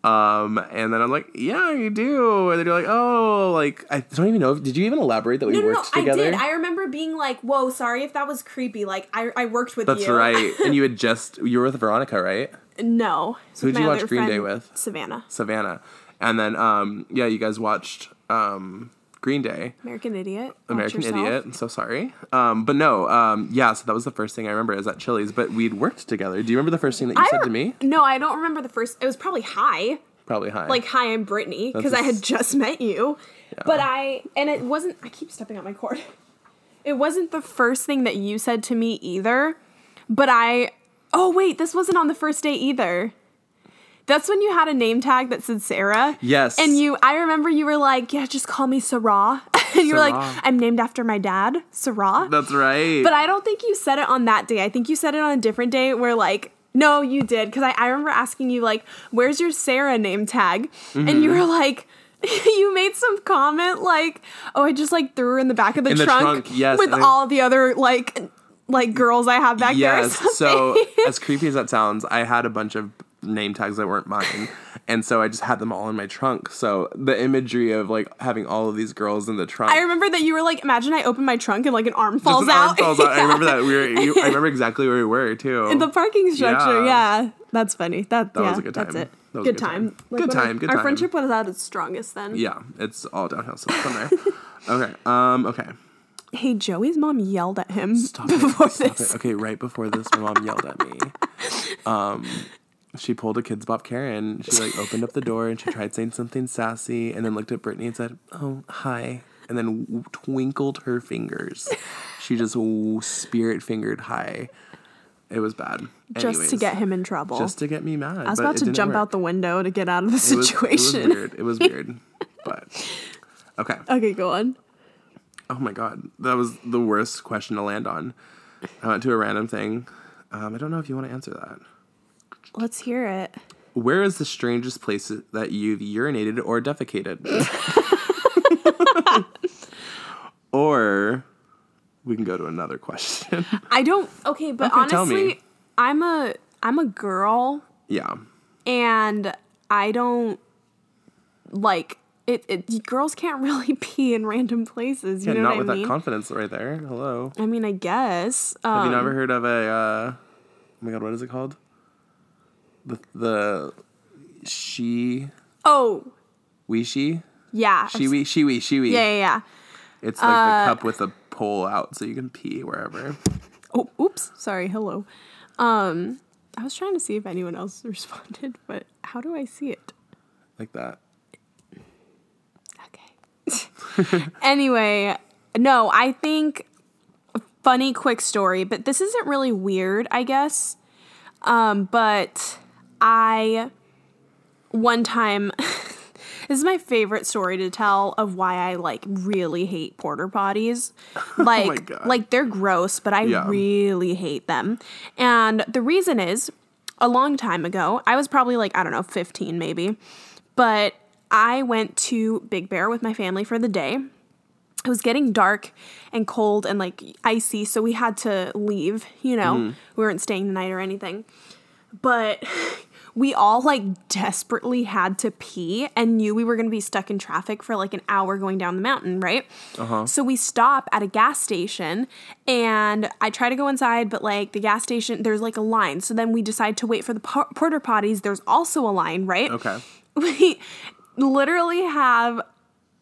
[SPEAKER 1] Um, and then I'm like, "Yeah, you do." And then you're like, "Oh, like I don't even know. If, did you even elaborate that we
[SPEAKER 2] No, no, no,
[SPEAKER 1] worked together?"
[SPEAKER 2] I did. I remember being like, "Whoa, sorry if that was creepy." Like, I, I worked with
[SPEAKER 1] that's
[SPEAKER 2] you.
[SPEAKER 1] right. and you had just you were with Veronica, right?
[SPEAKER 2] No.
[SPEAKER 1] Who'd you watch Green Day with?
[SPEAKER 2] Savannah.
[SPEAKER 1] Savannah. And then um yeah, you guys watched um Green Day.
[SPEAKER 2] American Idiot. watch
[SPEAKER 1] American
[SPEAKER 2] yourself.
[SPEAKER 1] Idiot. I'm so sorry. Um, but no, um, yeah, so that was the first thing I remember is at Chili's, but we'd worked together. Do you remember the first thing that you
[SPEAKER 2] I
[SPEAKER 1] said to
[SPEAKER 2] don't-
[SPEAKER 1] me?
[SPEAKER 2] No, I don't remember the first. It was probably hi.
[SPEAKER 1] Probably hi.
[SPEAKER 2] Like, hi, I'm Brittany, because
[SPEAKER 1] That's
[SPEAKER 2] I
[SPEAKER 1] a
[SPEAKER 2] had
[SPEAKER 1] s-
[SPEAKER 2] just met you. But I, and it wasn't, I keep stepping on my cord. It wasn't the first thing that you said to me either. But I, oh, wait, this wasn't on the first day either. That's when you had a name tag that said Sarah.
[SPEAKER 1] Yes.
[SPEAKER 2] And you, I remember you were like, yeah, just call me Sarah. and you were like,
[SPEAKER 1] Sarah.
[SPEAKER 2] I'm named after my dad, Sarah.
[SPEAKER 1] That's right.
[SPEAKER 2] But I don't think you said it on that day. I think you said it on a different day where like no, you did because I, I remember asking you like, "Where's your Sarah name tag?" And
[SPEAKER 1] Mm-hmm.
[SPEAKER 2] you were like, you made some comment like, "Oh, I just like threw her in the back of the,
[SPEAKER 1] In the trunk, yes,
[SPEAKER 2] with
[SPEAKER 1] I-
[SPEAKER 2] all the other like like girls I have back
[SPEAKER 1] yes.
[SPEAKER 2] there." or
[SPEAKER 1] So
[SPEAKER 2] something.
[SPEAKER 1] as creepy as that sounds, I had a bunch of name tags that weren't mine. And so I just had them all in my trunk. So the imagery of like having all of these girls in the trunk.
[SPEAKER 2] I remember that you were like, "Imagine I open my trunk and like an arm
[SPEAKER 1] Just
[SPEAKER 2] falls
[SPEAKER 1] an arm
[SPEAKER 2] out."
[SPEAKER 1] falls out. I remember that. We were, you, I remember exactly where we were too.
[SPEAKER 2] the parking structure.
[SPEAKER 1] Yeah.
[SPEAKER 2] Yeah, that's funny. That,
[SPEAKER 1] was
[SPEAKER 2] yeah,
[SPEAKER 1] a good
[SPEAKER 2] That's
[SPEAKER 1] time.
[SPEAKER 2] it.
[SPEAKER 1] That was a
[SPEAKER 2] good
[SPEAKER 1] good time.
[SPEAKER 2] time.
[SPEAKER 1] Good
[SPEAKER 2] when our-
[SPEAKER 1] time, good
[SPEAKER 2] our
[SPEAKER 1] time.
[SPEAKER 2] friendship was at its strongest then.
[SPEAKER 1] yeah, it's all downhill so from there. okay. Um, okay.
[SPEAKER 2] Hey, Joey's mom yelled at him
[SPEAKER 1] Stop it.
[SPEAKER 2] before
[SPEAKER 1] Stop
[SPEAKER 2] this.
[SPEAKER 1] it. Okay, right before this, my mom yelled at me. Um, she pulled a kids bop Karen. She like opened up the door and she tried saying something sassy, and then looked at Brittany and said, "Oh, hi," and then w- twinkled her fingers. She just w- spirit fingered hi. It was bad.
[SPEAKER 2] Just to
[SPEAKER 1] Anyways,
[SPEAKER 2] get him in trouble.
[SPEAKER 1] just to get me mad.
[SPEAKER 2] I was about to jump out the window to get out of the
[SPEAKER 1] It was,
[SPEAKER 2] situation.
[SPEAKER 1] weird. It was weird, but okay.
[SPEAKER 2] okay, go on.
[SPEAKER 1] Oh my god, that was the worst question to land on. I went to a random thing. Um, I don't know if you want to answer that.
[SPEAKER 2] Let's hear it.
[SPEAKER 1] Where is the strangest place that you've urinated or defecated? or we can go to another question.
[SPEAKER 2] I don't. Okay, but
[SPEAKER 1] Okay, tell
[SPEAKER 2] honestly,
[SPEAKER 1] me.
[SPEAKER 2] I'm a I'm a girl,
[SPEAKER 1] yeah.
[SPEAKER 2] and I don't like it. it girls can't really pee in random places. You
[SPEAKER 1] And
[SPEAKER 2] know
[SPEAKER 1] not
[SPEAKER 2] what
[SPEAKER 1] with
[SPEAKER 2] I mean?
[SPEAKER 1] that confidence right there. Hello.
[SPEAKER 2] I mean, I guess. Um,
[SPEAKER 1] Have you never heard of a uh oh my god, what is it called? The the she
[SPEAKER 2] oh
[SPEAKER 1] we she?
[SPEAKER 2] yeah.
[SPEAKER 1] She we she we she we.
[SPEAKER 2] yeah, yeah, yeah.
[SPEAKER 1] It's like
[SPEAKER 2] Uh,
[SPEAKER 1] the cup with a pole out so you can pee wherever.
[SPEAKER 2] Oh, oops. Sorry. Hello. Um, I was trying to see if anyone else responded, but how do I see it?
[SPEAKER 1] Like that.
[SPEAKER 2] Okay. anyway, no, I think funny quick story, but this isn't really weird, I guess. Um, but I one time this is my favorite story to tell of why I like really hate porter potties. Like
[SPEAKER 1] God.
[SPEAKER 2] like they're gross, but I
[SPEAKER 1] Yeah.
[SPEAKER 2] really hate them. And the reason is a long time ago, I was probably like, I don't know, 15 maybe, but I went to Big Bear with my family for the day it was getting dark and cold and like icy, so we had to leave, you know. We weren't staying the night or anything. But we all like desperately had to pee and knew we were going to be stuck in traffic for like an hour going down the mountain, right? So we stop at a gas station and I try to go inside, but like the gas station, there's like a line. So then we decide to wait for the por- porter potties. There's also a line, right?
[SPEAKER 1] Okay.
[SPEAKER 2] we literally have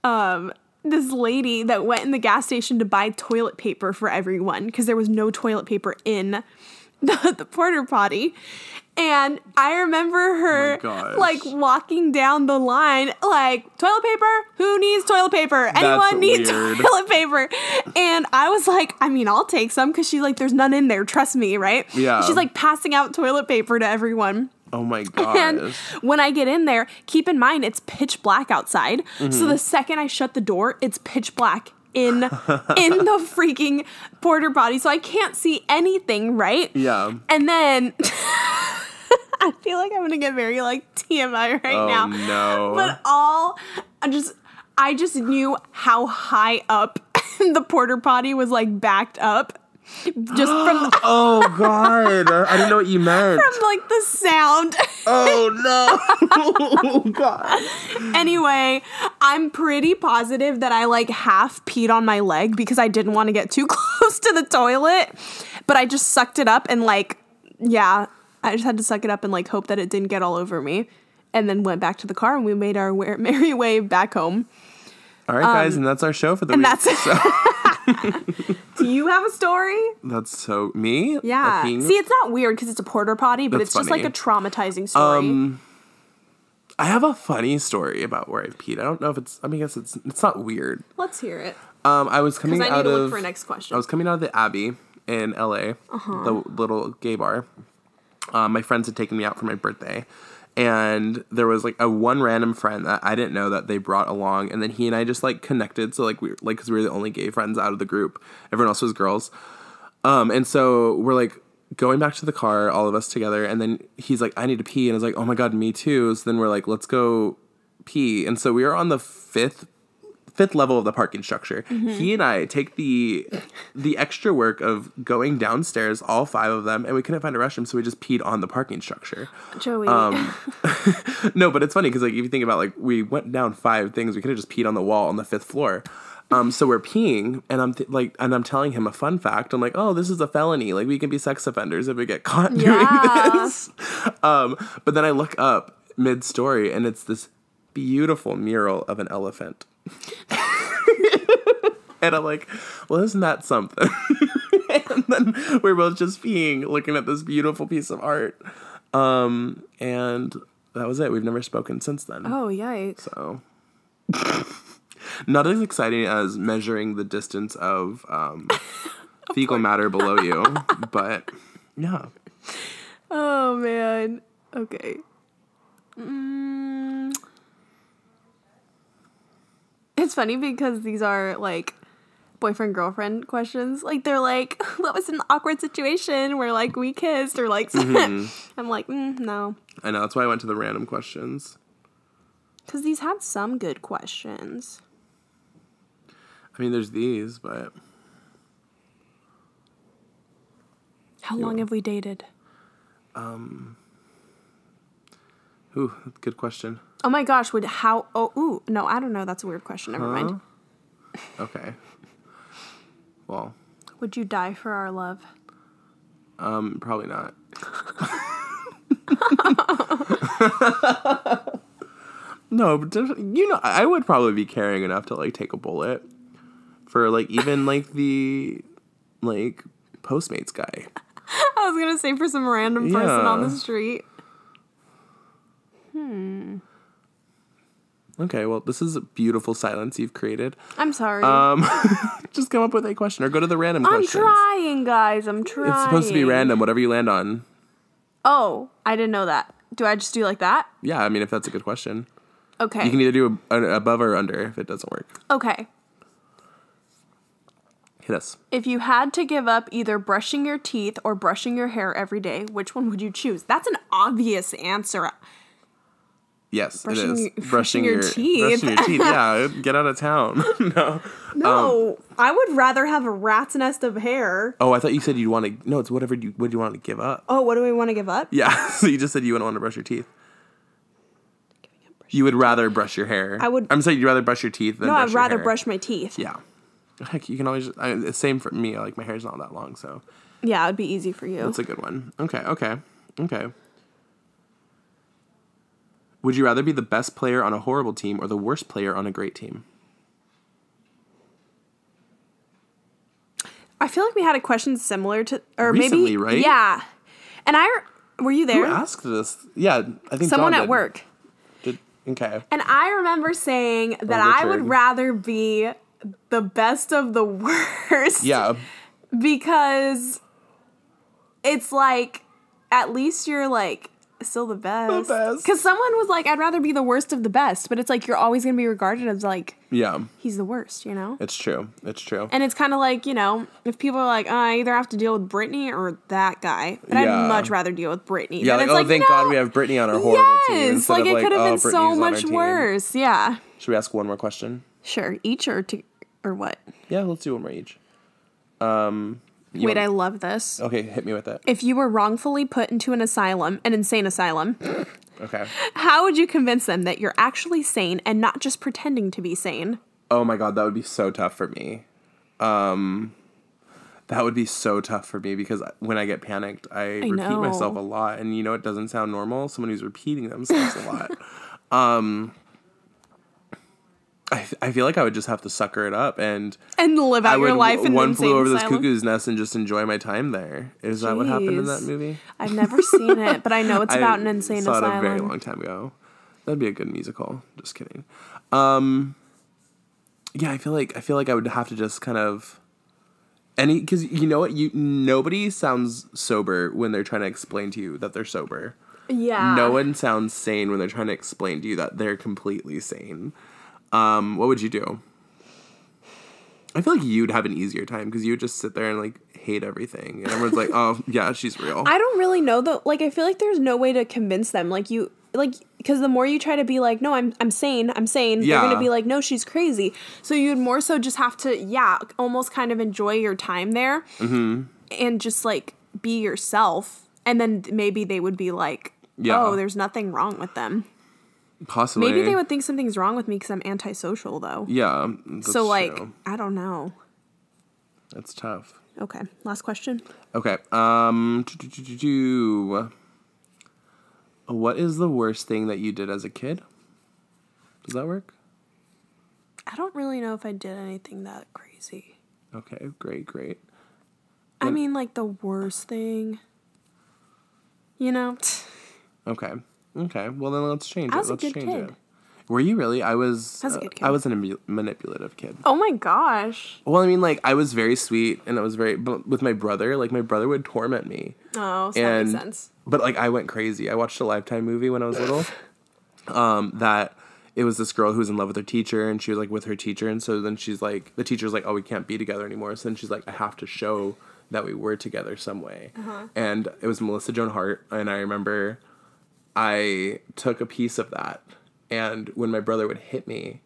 [SPEAKER 2] um this lady that went in the gas station to buy toilet paper for everyone because there was no toilet paper in the, the porter potty and i remember her
[SPEAKER 1] Oh gosh.
[SPEAKER 2] like walking down the line like toilet paper who needs toilet paper anyone needs
[SPEAKER 1] weird.
[SPEAKER 2] toilet paper and i was like i mean i'll take some because she's like there's none in there trust me right
[SPEAKER 1] Yeah.
[SPEAKER 2] she's like passing out toilet paper to everyone
[SPEAKER 1] Oh my
[SPEAKER 2] and
[SPEAKER 1] gosh.
[SPEAKER 2] when I get in there, keep in mind it's pitch black outside.
[SPEAKER 1] Mm-hmm.
[SPEAKER 2] So the second I shut the door, it's pitch black in in the freaking porter body. So I can't see anything, right?
[SPEAKER 1] yeah.
[SPEAKER 2] And then I feel like I'm gonna get very like TMI right
[SPEAKER 1] Oh
[SPEAKER 2] now.
[SPEAKER 1] no.
[SPEAKER 2] But all I just I just knew how high up the porter potty was like backed up just from
[SPEAKER 1] oh god. I didn't know what you meant.
[SPEAKER 2] like the sound.
[SPEAKER 1] Oh no. oh god.
[SPEAKER 2] Anyway, I'm pretty positive that I like half peed on my leg because I didn't want to get too close to the toilet, but I just sucked it up and like, yeah, I just had to suck it up and like hope that it didn't get all over me. And then went back to the car and we made our wa- merry way back home.
[SPEAKER 1] All right, guys, and that's our show for the
[SPEAKER 2] Um, And
[SPEAKER 1] week.
[SPEAKER 2] that's it. Do you have a story?
[SPEAKER 1] That's so me.
[SPEAKER 2] Yeah.
[SPEAKER 1] A thing?
[SPEAKER 2] See, it's not weird because it's a porter potty, but
[SPEAKER 1] That's
[SPEAKER 2] it's just like
[SPEAKER 1] funny. Um,
[SPEAKER 2] a traumatizing story.
[SPEAKER 1] I have a funny story about where I peed. I don't know if it's. I mean, I guess it's. It's not weird.
[SPEAKER 2] Let's hear it.
[SPEAKER 1] Um, I was coming
[SPEAKER 2] Because I need
[SPEAKER 1] out
[SPEAKER 2] to
[SPEAKER 1] of.
[SPEAKER 2] look for a next question.
[SPEAKER 1] I was coming out of the Abbey in LA, the little gay bar. Um, my friends had taken me out for my birthday, and there was like a one random friend that I didn't know that they brought along, and then he and I just like connected. So like we like because we were the only gay friends out of the group. Everyone else was girls. Um, and so we're like going back to the car, all of us together, and then he's like, I need to pee, and I was like, Oh my god, me too. So then we're like, let's go pee. And so we are on the fifth fifth level of the parking structure. He and I take the the extra work of going downstairs, all five of them, and we couldn't find a restroom, so we just peed on the parking structure.
[SPEAKER 2] Joey.
[SPEAKER 1] um, No, but it's funny because like if you think about like we went down five things, we could have just peed on the wall on the fifth floor. Um, so we're peeing, and I'm th- like, and I'm telling him a fun fact. I'm like, oh, this is a felony. Like we can be sex offenders if we get caught
[SPEAKER 2] Yeah.
[SPEAKER 1] doing this. Um, but then I look up mid story, and it's this beautiful mural of an elephant. and I'm like, well, isn't that something? and then we're both just peeing, looking at this beautiful piece of art. Um, and that was it. We've never spoken since then.
[SPEAKER 2] oh, yikes.
[SPEAKER 1] So, not as exciting as measuring the distance of um, fecal matter below you, but yeah.
[SPEAKER 2] Oh, man. Okay. Mm. It's funny because these are like boyfriend girlfriend questions. Like, they're like, what was an awkward situation where like we kissed or like, I'm like, mm, no.
[SPEAKER 1] I know that's why I went to the random questions.
[SPEAKER 2] Because these had some good questions.
[SPEAKER 1] I mean, there's these, but
[SPEAKER 2] How long have we dated?
[SPEAKER 1] ooh, good question.
[SPEAKER 2] Oh my gosh, would how oh ooh, no, I don't know, that's a weird question. Never mind.
[SPEAKER 1] Okay. Well,
[SPEAKER 2] Would you die for our love?
[SPEAKER 1] um, probably not. no, but def- you know, I I would probably be caring enough to like take a bullet for like even like the like Postmates guy.
[SPEAKER 2] I was gonna say for some random person on the
[SPEAKER 1] Yeah.
[SPEAKER 2] street.
[SPEAKER 1] Okay, well, this is a beautiful silence you've created.
[SPEAKER 2] I'm sorry.
[SPEAKER 1] Um, just come up with a question or go to the random
[SPEAKER 2] I'm
[SPEAKER 1] questions.
[SPEAKER 2] trying, guys. I'm trying.
[SPEAKER 1] It's supposed to be random, whatever you land on.
[SPEAKER 2] Oh, I didn't know that. Do I just do like that?
[SPEAKER 1] Yeah, I mean, if that's a good question,
[SPEAKER 2] Okay.
[SPEAKER 1] you can e- either do a, an above or under if it doesn't work.
[SPEAKER 2] okay.
[SPEAKER 1] Hit us.
[SPEAKER 2] If you had to give up either brushing your teeth or brushing your hair every day, which one would you choose? That's an obvious
[SPEAKER 1] Um,
[SPEAKER 2] answer.
[SPEAKER 1] Yes,
[SPEAKER 2] Brushing
[SPEAKER 1] it is.
[SPEAKER 2] your- brushing your teeth.
[SPEAKER 1] Brushing your teeth. Yeah, get out of town. no.
[SPEAKER 2] No, I would rather have a rat's nest of hair.
[SPEAKER 1] Oh, I thought you said you'd want to. No, it's whatever you what do you want to give up.
[SPEAKER 2] Oh, what do we want to give up?
[SPEAKER 1] Yeah. So you just said you wouldn't want to brush your teeth. You would rather brush your hair.
[SPEAKER 2] I would-
[SPEAKER 1] I'm saying you'd rather brush your teeth than.
[SPEAKER 2] No,
[SPEAKER 1] brush
[SPEAKER 2] I'd
[SPEAKER 1] your
[SPEAKER 2] rather
[SPEAKER 1] hair.
[SPEAKER 2] brush my teeth.
[SPEAKER 1] Yeah. Heck, you can always. I, it's same for me. Like my hair's not that long, so
[SPEAKER 2] Yeah, it'd be easy for you.
[SPEAKER 1] that's a good one. Okay. Okay. Okay. Would you rather be the best player on a horrible team or the worst player on a great team?
[SPEAKER 2] I feel like we had a question similar to, or
[SPEAKER 1] Recently,
[SPEAKER 2] maybe,
[SPEAKER 1] right?
[SPEAKER 2] Yeah. And I were you there?
[SPEAKER 1] Who asked this? Yeah, I think
[SPEAKER 2] Someone
[SPEAKER 1] John
[SPEAKER 2] at
[SPEAKER 1] did.
[SPEAKER 2] work.
[SPEAKER 1] Did, okay.
[SPEAKER 2] And I remember saying that I would
[SPEAKER 1] Richard.
[SPEAKER 2] rather be the best of the worst.
[SPEAKER 1] Yeah. um,
[SPEAKER 2] Because it's like at least you're like still the best.
[SPEAKER 1] best.
[SPEAKER 2] Because someone was like, I'd rather be the worst of the best, but it's like you're always gonna be regarded as like
[SPEAKER 1] Yeah.
[SPEAKER 2] he's the worst, you know?
[SPEAKER 1] It's true. It's true.
[SPEAKER 2] And it's kind of like, you know, if people are like, oh, I either have to deal with Brittany or that guy, but I'd
[SPEAKER 1] Yeah.
[SPEAKER 2] much rather deal with Brittany.
[SPEAKER 1] yeah,
[SPEAKER 2] Then
[SPEAKER 1] like,
[SPEAKER 2] it's
[SPEAKER 1] oh, thank
[SPEAKER 2] no,
[SPEAKER 1] God we have Brittany on our horrible team.
[SPEAKER 2] Yes,
[SPEAKER 1] instead
[SPEAKER 2] like
[SPEAKER 1] of,
[SPEAKER 2] it could have
[SPEAKER 1] oh,
[SPEAKER 2] been
[SPEAKER 1] Brittany's
[SPEAKER 2] so
[SPEAKER 1] on our
[SPEAKER 2] much
[SPEAKER 1] team.
[SPEAKER 2] worse. Yeah.
[SPEAKER 1] Should we ask one more question?
[SPEAKER 2] Sure. Each or to, or what?
[SPEAKER 1] Yeah, let's do one more each. Um, you
[SPEAKER 2] Wait, I
[SPEAKER 1] want- Oh.
[SPEAKER 2] love this.
[SPEAKER 1] Okay, hit me with it.
[SPEAKER 2] If you were wrongfully put into an asylum, an insane asylum,
[SPEAKER 1] Okay.
[SPEAKER 2] how would you convince them that you're actually sane and not just pretending to be sane?
[SPEAKER 1] Oh my God, that would be so tough for me. Um, that would be so tough for me because when I get panicked, I, repeat
[SPEAKER 2] know.
[SPEAKER 1] myself a lot, and you know it doesn't sound normal. Someone who's repeating themselves a lot. Um, I, I feel like I would just have to sucker it up and
[SPEAKER 2] and live out
[SPEAKER 1] I would
[SPEAKER 2] your life in
[SPEAKER 1] one
[SPEAKER 2] an
[SPEAKER 1] flew
[SPEAKER 2] insane
[SPEAKER 1] over this
[SPEAKER 2] asylum.
[SPEAKER 1] cuckoo's nest and just enjoy my time there. Is that what happened in that
[SPEAKER 2] Jeez.
[SPEAKER 1] movie?
[SPEAKER 2] I've never seen it, but I know it's about an insane
[SPEAKER 1] saw
[SPEAKER 2] asylum.
[SPEAKER 1] it a very long time ago. That'd be a good musical. Just kidding. Um, yeah, I feel like I feel like I would have to just kind of any because you know what you nobody sounds sober when they're trying to explain to you that they're sober.
[SPEAKER 2] yeah.
[SPEAKER 1] No one sounds sane when they're trying to explain to you that they're completely sane. Um, what would you do? I feel like you'd have an easier time because you would just sit there and like hate everything, and everyone's like, "Oh yeah, she's real."
[SPEAKER 2] I don't really know though. Like I feel like there's no way to convince them. Like you like because the more you try to be like, no, I'm I'm sane, I'm sane, they're
[SPEAKER 1] Yeah.
[SPEAKER 2] gonna be like, no, she's crazy. So you'd more so just have to, yeah, almost kind of enjoy your time there,
[SPEAKER 1] Mm-hmm.
[SPEAKER 2] and just like be yourself, and then maybe they would be like,
[SPEAKER 1] Yeah.
[SPEAKER 2] oh, there's nothing wrong with them.
[SPEAKER 1] Possibly.
[SPEAKER 2] Maybe they would think something's wrong with me because I'm antisocial though.
[SPEAKER 1] Yeah.
[SPEAKER 2] so
[SPEAKER 1] that's
[SPEAKER 2] like,
[SPEAKER 1] true.
[SPEAKER 2] I don't know.
[SPEAKER 1] that's tough.
[SPEAKER 2] Okay, last question.
[SPEAKER 1] Okay. Um. do, do, do, do, do. What is the worst thing that you did as a kid? Does that work?
[SPEAKER 2] I don't really know if I did anything that crazy.
[SPEAKER 1] Okay. Great. Great.
[SPEAKER 2] I mean, like the worst thing. You know,
[SPEAKER 1] Okay. Okay. Well, then let's change
[SPEAKER 2] I
[SPEAKER 1] it.
[SPEAKER 2] was a
[SPEAKER 1] let's
[SPEAKER 2] good
[SPEAKER 1] change
[SPEAKER 2] kid.
[SPEAKER 1] it. Were you really? I was.
[SPEAKER 2] I was a
[SPEAKER 1] uh,
[SPEAKER 2] good
[SPEAKER 1] I
[SPEAKER 2] kid.
[SPEAKER 1] was a manip- manipulative kid.
[SPEAKER 2] oh my gosh.
[SPEAKER 1] Well, I mean, like I was very sweet, and I was very. But with my brother, like my brother would torment me.
[SPEAKER 2] Oh, so that
[SPEAKER 1] and
[SPEAKER 2] makes sense.
[SPEAKER 1] but like I went crazy. I watched a Lifetime movie when I was little. um, that it was this girl who was in love with her teacher, and she was like with her teacher, and so then she's like, the teacher's like, oh, we can't be together anymore. So then she's like, I have to show that we were together some way.
[SPEAKER 2] Uh-huh.
[SPEAKER 1] And it was Melissa Joan Hart, and I remember I took a piece of that, and when my brother would hit me.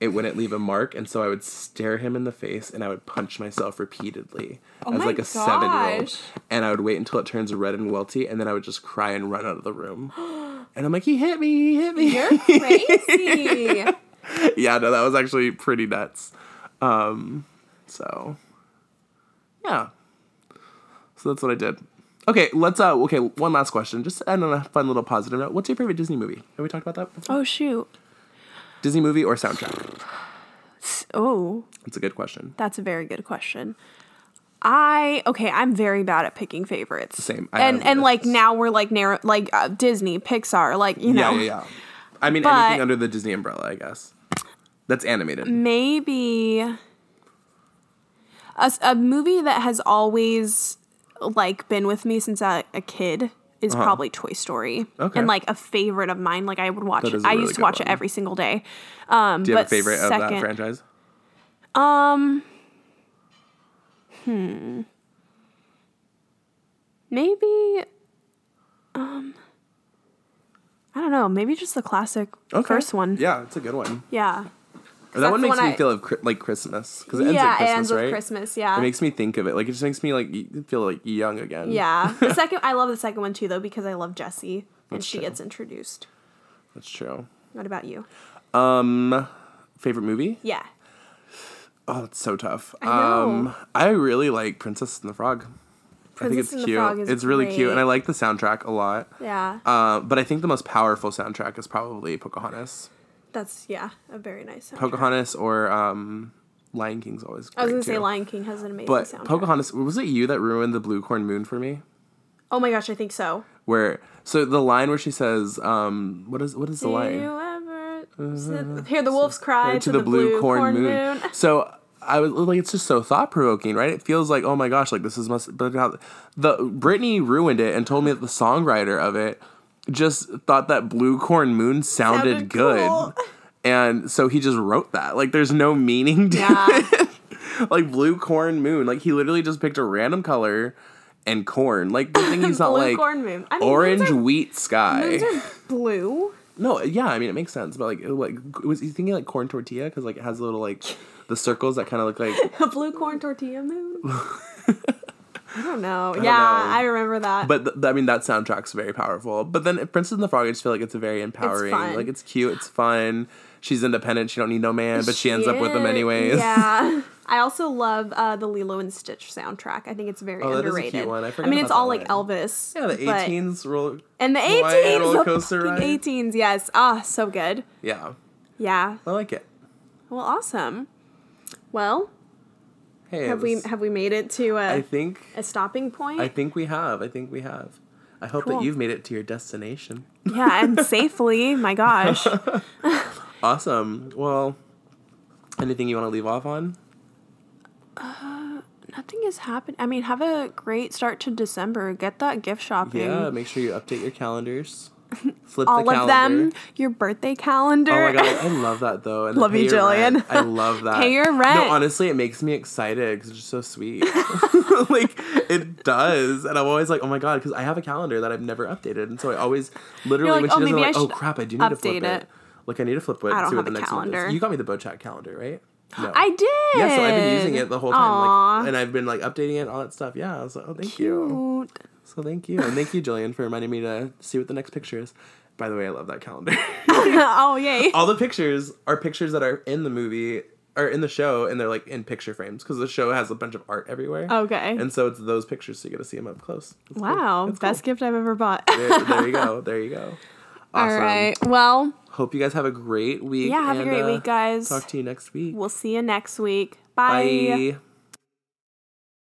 [SPEAKER 1] It wouldn't leave a mark, and so I would stare him in the face, and I would punch myself repeatedly as
[SPEAKER 2] Oh my
[SPEAKER 1] like a seven-year-old
[SPEAKER 2] gosh.
[SPEAKER 1] and I would wait until it turns red and welty, and then I would just cry and run out of the room. And I'm like, he hit me, he hit me.
[SPEAKER 2] You're crazy.
[SPEAKER 1] yeah, no, that was actually pretty nuts. Um, so, yeah. So that's what I did. Okay, let's, uh, okay, one last question. Just to end on a fun little positive note. What's your favorite Disney movie? Have we talked about that before?
[SPEAKER 2] oh shoot.
[SPEAKER 1] Disney movie or soundtrack?
[SPEAKER 2] Oh,
[SPEAKER 1] That's a good question.
[SPEAKER 2] that's a very good question. I okay, I'm very bad at picking favorites.
[SPEAKER 1] Same. I
[SPEAKER 2] And
[SPEAKER 1] have
[SPEAKER 2] and like
[SPEAKER 1] lists.
[SPEAKER 2] now we're like narrow like uh, Disney, Pixar, like you know.
[SPEAKER 1] Yeah, yeah, yeah. I mean,
[SPEAKER 2] But-
[SPEAKER 1] anything under the Disney umbrella, I guess. That's animated.
[SPEAKER 2] maybe a, s- a movie that has always like been with me since I, a kid is probably Toy Story.
[SPEAKER 1] Uh-huh. Okay.
[SPEAKER 2] And like a favorite of mine, like I would watch
[SPEAKER 1] That
[SPEAKER 2] it.
[SPEAKER 1] is a
[SPEAKER 2] I
[SPEAKER 1] really
[SPEAKER 2] used to
[SPEAKER 1] good
[SPEAKER 2] watch
[SPEAKER 1] one.
[SPEAKER 2] it every single day. Um,
[SPEAKER 1] Do you have a
[SPEAKER 2] but
[SPEAKER 1] favorite of
[SPEAKER 2] second-
[SPEAKER 1] that franchise?
[SPEAKER 2] Um, hmm. Maybe, um, I don't know. Maybe just the classic
[SPEAKER 1] Okay.
[SPEAKER 2] first one.
[SPEAKER 1] Yeah, it's a good one.
[SPEAKER 2] Yeah.
[SPEAKER 1] that one
[SPEAKER 2] that's the
[SPEAKER 1] makes
[SPEAKER 2] one
[SPEAKER 1] me
[SPEAKER 2] I-
[SPEAKER 1] feel of cri- like Christmas because it ends
[SPEAKER 2] yeah,
[SPEAKER 1] at Christmas,
[SPEAKER 2] it ends
[SPEAKER 1] right?
[SPEAKER 2] with Christmas. Yeah.
[SPEAKER 1] It makes me think of it. Like it just makes me like y- feel like young again.
[SPEAKER 2] Yeah. The second I love the second one too though because I love Jessie and she
[SPEAKER 1] true.
[SPEAKER 2] gets introduced.
[SPEAKER 1] that's true.
[SPEAKER 2] What about you?
[SPEAKER 1] Um, favorite movie?
[SPEAKER 2] Yeah.
[SPEAKER 1] Oh, it's so tough. I
[SPEAKER 2] know.
[SPEAKER 1] Um, I really like Princess and the Frog. I think
[SPEAKER 2] Princess
[SPEAKER 1] it's
[SPEAKER 2] and the
[SPEAKER 1] cute.
[SPEAKER 2] Frog is
[SPEAKER 1] it's really cute, and I
[SPEAKER 2] great.
[SPEAKER 1] like the soundtrack a lot.
[SPEAKER 2] Yeah.
[SPEAKER 1] Uh, but I think the most powerful soundtrack is probably Pocahontas.
[SPEAKER 2] That's yeah, a very nice sound.
[SPEAKER 1] Pocahontas or um, Lion King's always. Great
[SPEAKER 2] I was gonna say
[SPEAKER 1] too.
[SPEAKER 2] Lion King has an amazing
[SPEAKER 1] But
[SPEAKER 2] soundtrack.
[SPEAKER 1] Pocahontas, was it you that ruined the Blue Corn Moon for me?
[SPEAKER 2] oh my gosh, I think so.
[SPEAKER 1] where so the line where she says um what is what is the
[SPEAKER 2] Do
[SPEAKER 1] line
[SPEAKER 2] you ever sit- hear the wolves cry
[SPEAKER 1] Uh, to the, blue, corn, moon.
[SPEAKER 2] moon?
[SPEAKER 1] so i was like it's just so thought-provoking right it feels like oh my gosh like this is must but how the brittany ruined it and told me that the songwriter of it just thought that blue corn moon sounded,
[SPEAKER 2] Sounded
[SPEAKER 1] good
[SPEAKER 2] cool.
[SPEAKER 1] and so he just wrote that like there's no meaning to
[SPEAKER 2] Yeah.
[SPEAKER 1] like blue corn moon like he literally just picked a random color and corn like good thing he's not
[SPEAKER 2] Blue
[SPEAKER 1] like
[SPEAKER 2] corn moon. I mean, moons
[SPEAKER 1] orange
[SPEAKER 2] are-
[SPEAKER 1] wheat sky
[SPEAKER 2] Moons are blue.
[SPEAKER 1] No, yeah, I mean it makes sense, but like, it, like was he thinking like corn tortilla because like it has little like the circles that kind of look like
[SPEAKER 2] A blue corn tortilla moon. I don't know. yeah,
[SPEAKER 1] know.
[SPEAKER 2] I remember that.
[SPEAKER 1] but th- I mean that soundtrack's very powerful. But then Princess and the Frog, I just feel like it's a very empowering.
[SPEAKER 2] fun.
[SPEAKER 1] like it's cute, it's fun. She's independent. She don't need no man, but she ends up with him
[SPEAKER 2] Shit.
[SPEAKER 1] anyways.
[SPEAKER 2] Yeah. I also love uh, the Lilo and Stitch soundtrack. I think it's very
[SPEAKER 1] Oh, that is a cute
[SPEAKER 2] underrated.
[SPEAKER 1] one. I forgot
[SPEAKER 2] mean,
[SPEAKER 1] about
[SPEAKER 2] it's all
[SPEAKER 1] that
[SPEAKER 2] like
[SPEAKER 1] one.
[SPEAKER 2] Elvis.
[SPEAKER 1] Yeah, the
[SPEAKER 2] but-
[SPEAKER 1] 18s roll.
[SPEAKER 2] and the
[SPEAKER 1] Hawaiian
[SPEAKER 2] eighteens,
[SPEAKER 1] roller
[SPEAKER 2] the
[SPEAKER 1] coaster
[SPEAKER 2] fucking
[SPEAKER 1] ride.
[SPEAKER 2] eighteens. Yes, ah, so good.
[SPEAKER 1] Yeah,
[SPEAKER 2] Yeah,
[SPEAKER 1] I like it.
[SPEAKER 2] Well, awesome. Well,
[SPEAKER 1] Hey, it
[SPEAKER 2] have we
[SPEAKER 1] was-
[SPEAKER 2] have we made it to
[SPEAKER 1] I
[SPEAKER 2] a,
[SPEAKER 1] think
[SPEAKER 2] a stopping point?
[SPEAKER 1] I think we have. I think we have. I hope
[SPEAKER 2] Cool.
[SPEAKER 1] that you've made it to your destination.
[SPEAKER 2] yeah, and safely. My gosh.
[SPEAKER 1] Awesome. Well, anything you want to leave off on?
[SPEAKER 2] Nothing has happened. I mean, have a great start to December. Get that gift shopping.
[SPEAKER 1] Yeah, make sure you update your calendars. Flip
[SPEAKER 2] Mm. All
[SPEAKER 1] the
[SPEAKER 2] of
[SPEAKER 1] calendar.
[SPEAKER 2] them. Your birthday calendar.
[SPEAKER 1] Oh my god, I love that though. And
[SPEAKER 2] Love
[SPEAKER 1] pay
[SPEAKER 2] you,
[SPEAKER 1] your
[SPEAKER 2] Jillian.
[SPEAKER 1] rent. I love that.
[SPEAKER 2] Pay your rent.
[SPEAKER 1] No, honestly, it makes me excited because it's just so sweet. like it does, and I'm always like, oh my god, because I have a calendar that I've never updated, and so I always literally
[SPEAKER 2] like,
[SPEAKER 1] when
[SPEAKER 2] oh,
[SPEAKER 1] she does, it, I'm
[SPEAKER 2] maybe I
[SPEAKER 1] like, oh
[SPEAKER 2] should
[SPEAKER 1] crap, I do need to flip
[SPEAKER 2] update
[SPEAKER 1] it.
[SPEAKER 2] it.
[SPEAKER 1] Like I need to flip it.
[SPEAKER 2] I
[SPEAKER 1] and
[SPEAKER 2] don't
[SPEAKER 1] see
[SPEAKER 2] have
[SPEAKER 1] what the
[SPEAKER 2] a
[SPEAKER 1] next One
[SPEAKER 2] calendar.
[SPEAKER 1] is. You got me the BoChat calendar, right? No.
[SPEAKER 2] I did.
[SPEAKER 1] Yeah, so I've been using it the whole time,
[SPEAKER 2] Aw,
[SPEAKER 1] like, and I've been like updating it, all that stuff. Yeah, I was like, oh, thank you.
[SPEAKER 2] cute.
[SPEAKER 1] So thank you, and thank you, Jillian, for reminding me to see what the next picture is. By the way, I love that calendar.
[SPEAKER 2] oh yay.
[SPEAKER 1] all the pictures are pictures that are in the movie or in the show and they're like in picture frames because the show has a bunch of art everywhere
[SPEAKER 2] Okay.
[SPEAKER 1] and so it's those pictures so you get to see them up close It's cool.
[SPEAKER 2] wow,
[SPEAKER 1] It's cool.
[SPEAKER 2] best gift I've ever bought.
[SPEAKER 1] there, there you go there you go awesome
[SPEAKER 2] All right. Well,
[SPEAKER 1] hope you guys have a great week
[SPEAKER 2] Yeah, have a
[SPEAKER 1] and, uh,
[SPEAKER 2] great week, guys.
[SPEAKER 1] talk to you next week
[SPEAKER 2] we'll see you next week. Bye.
[SPEAKER 1] bye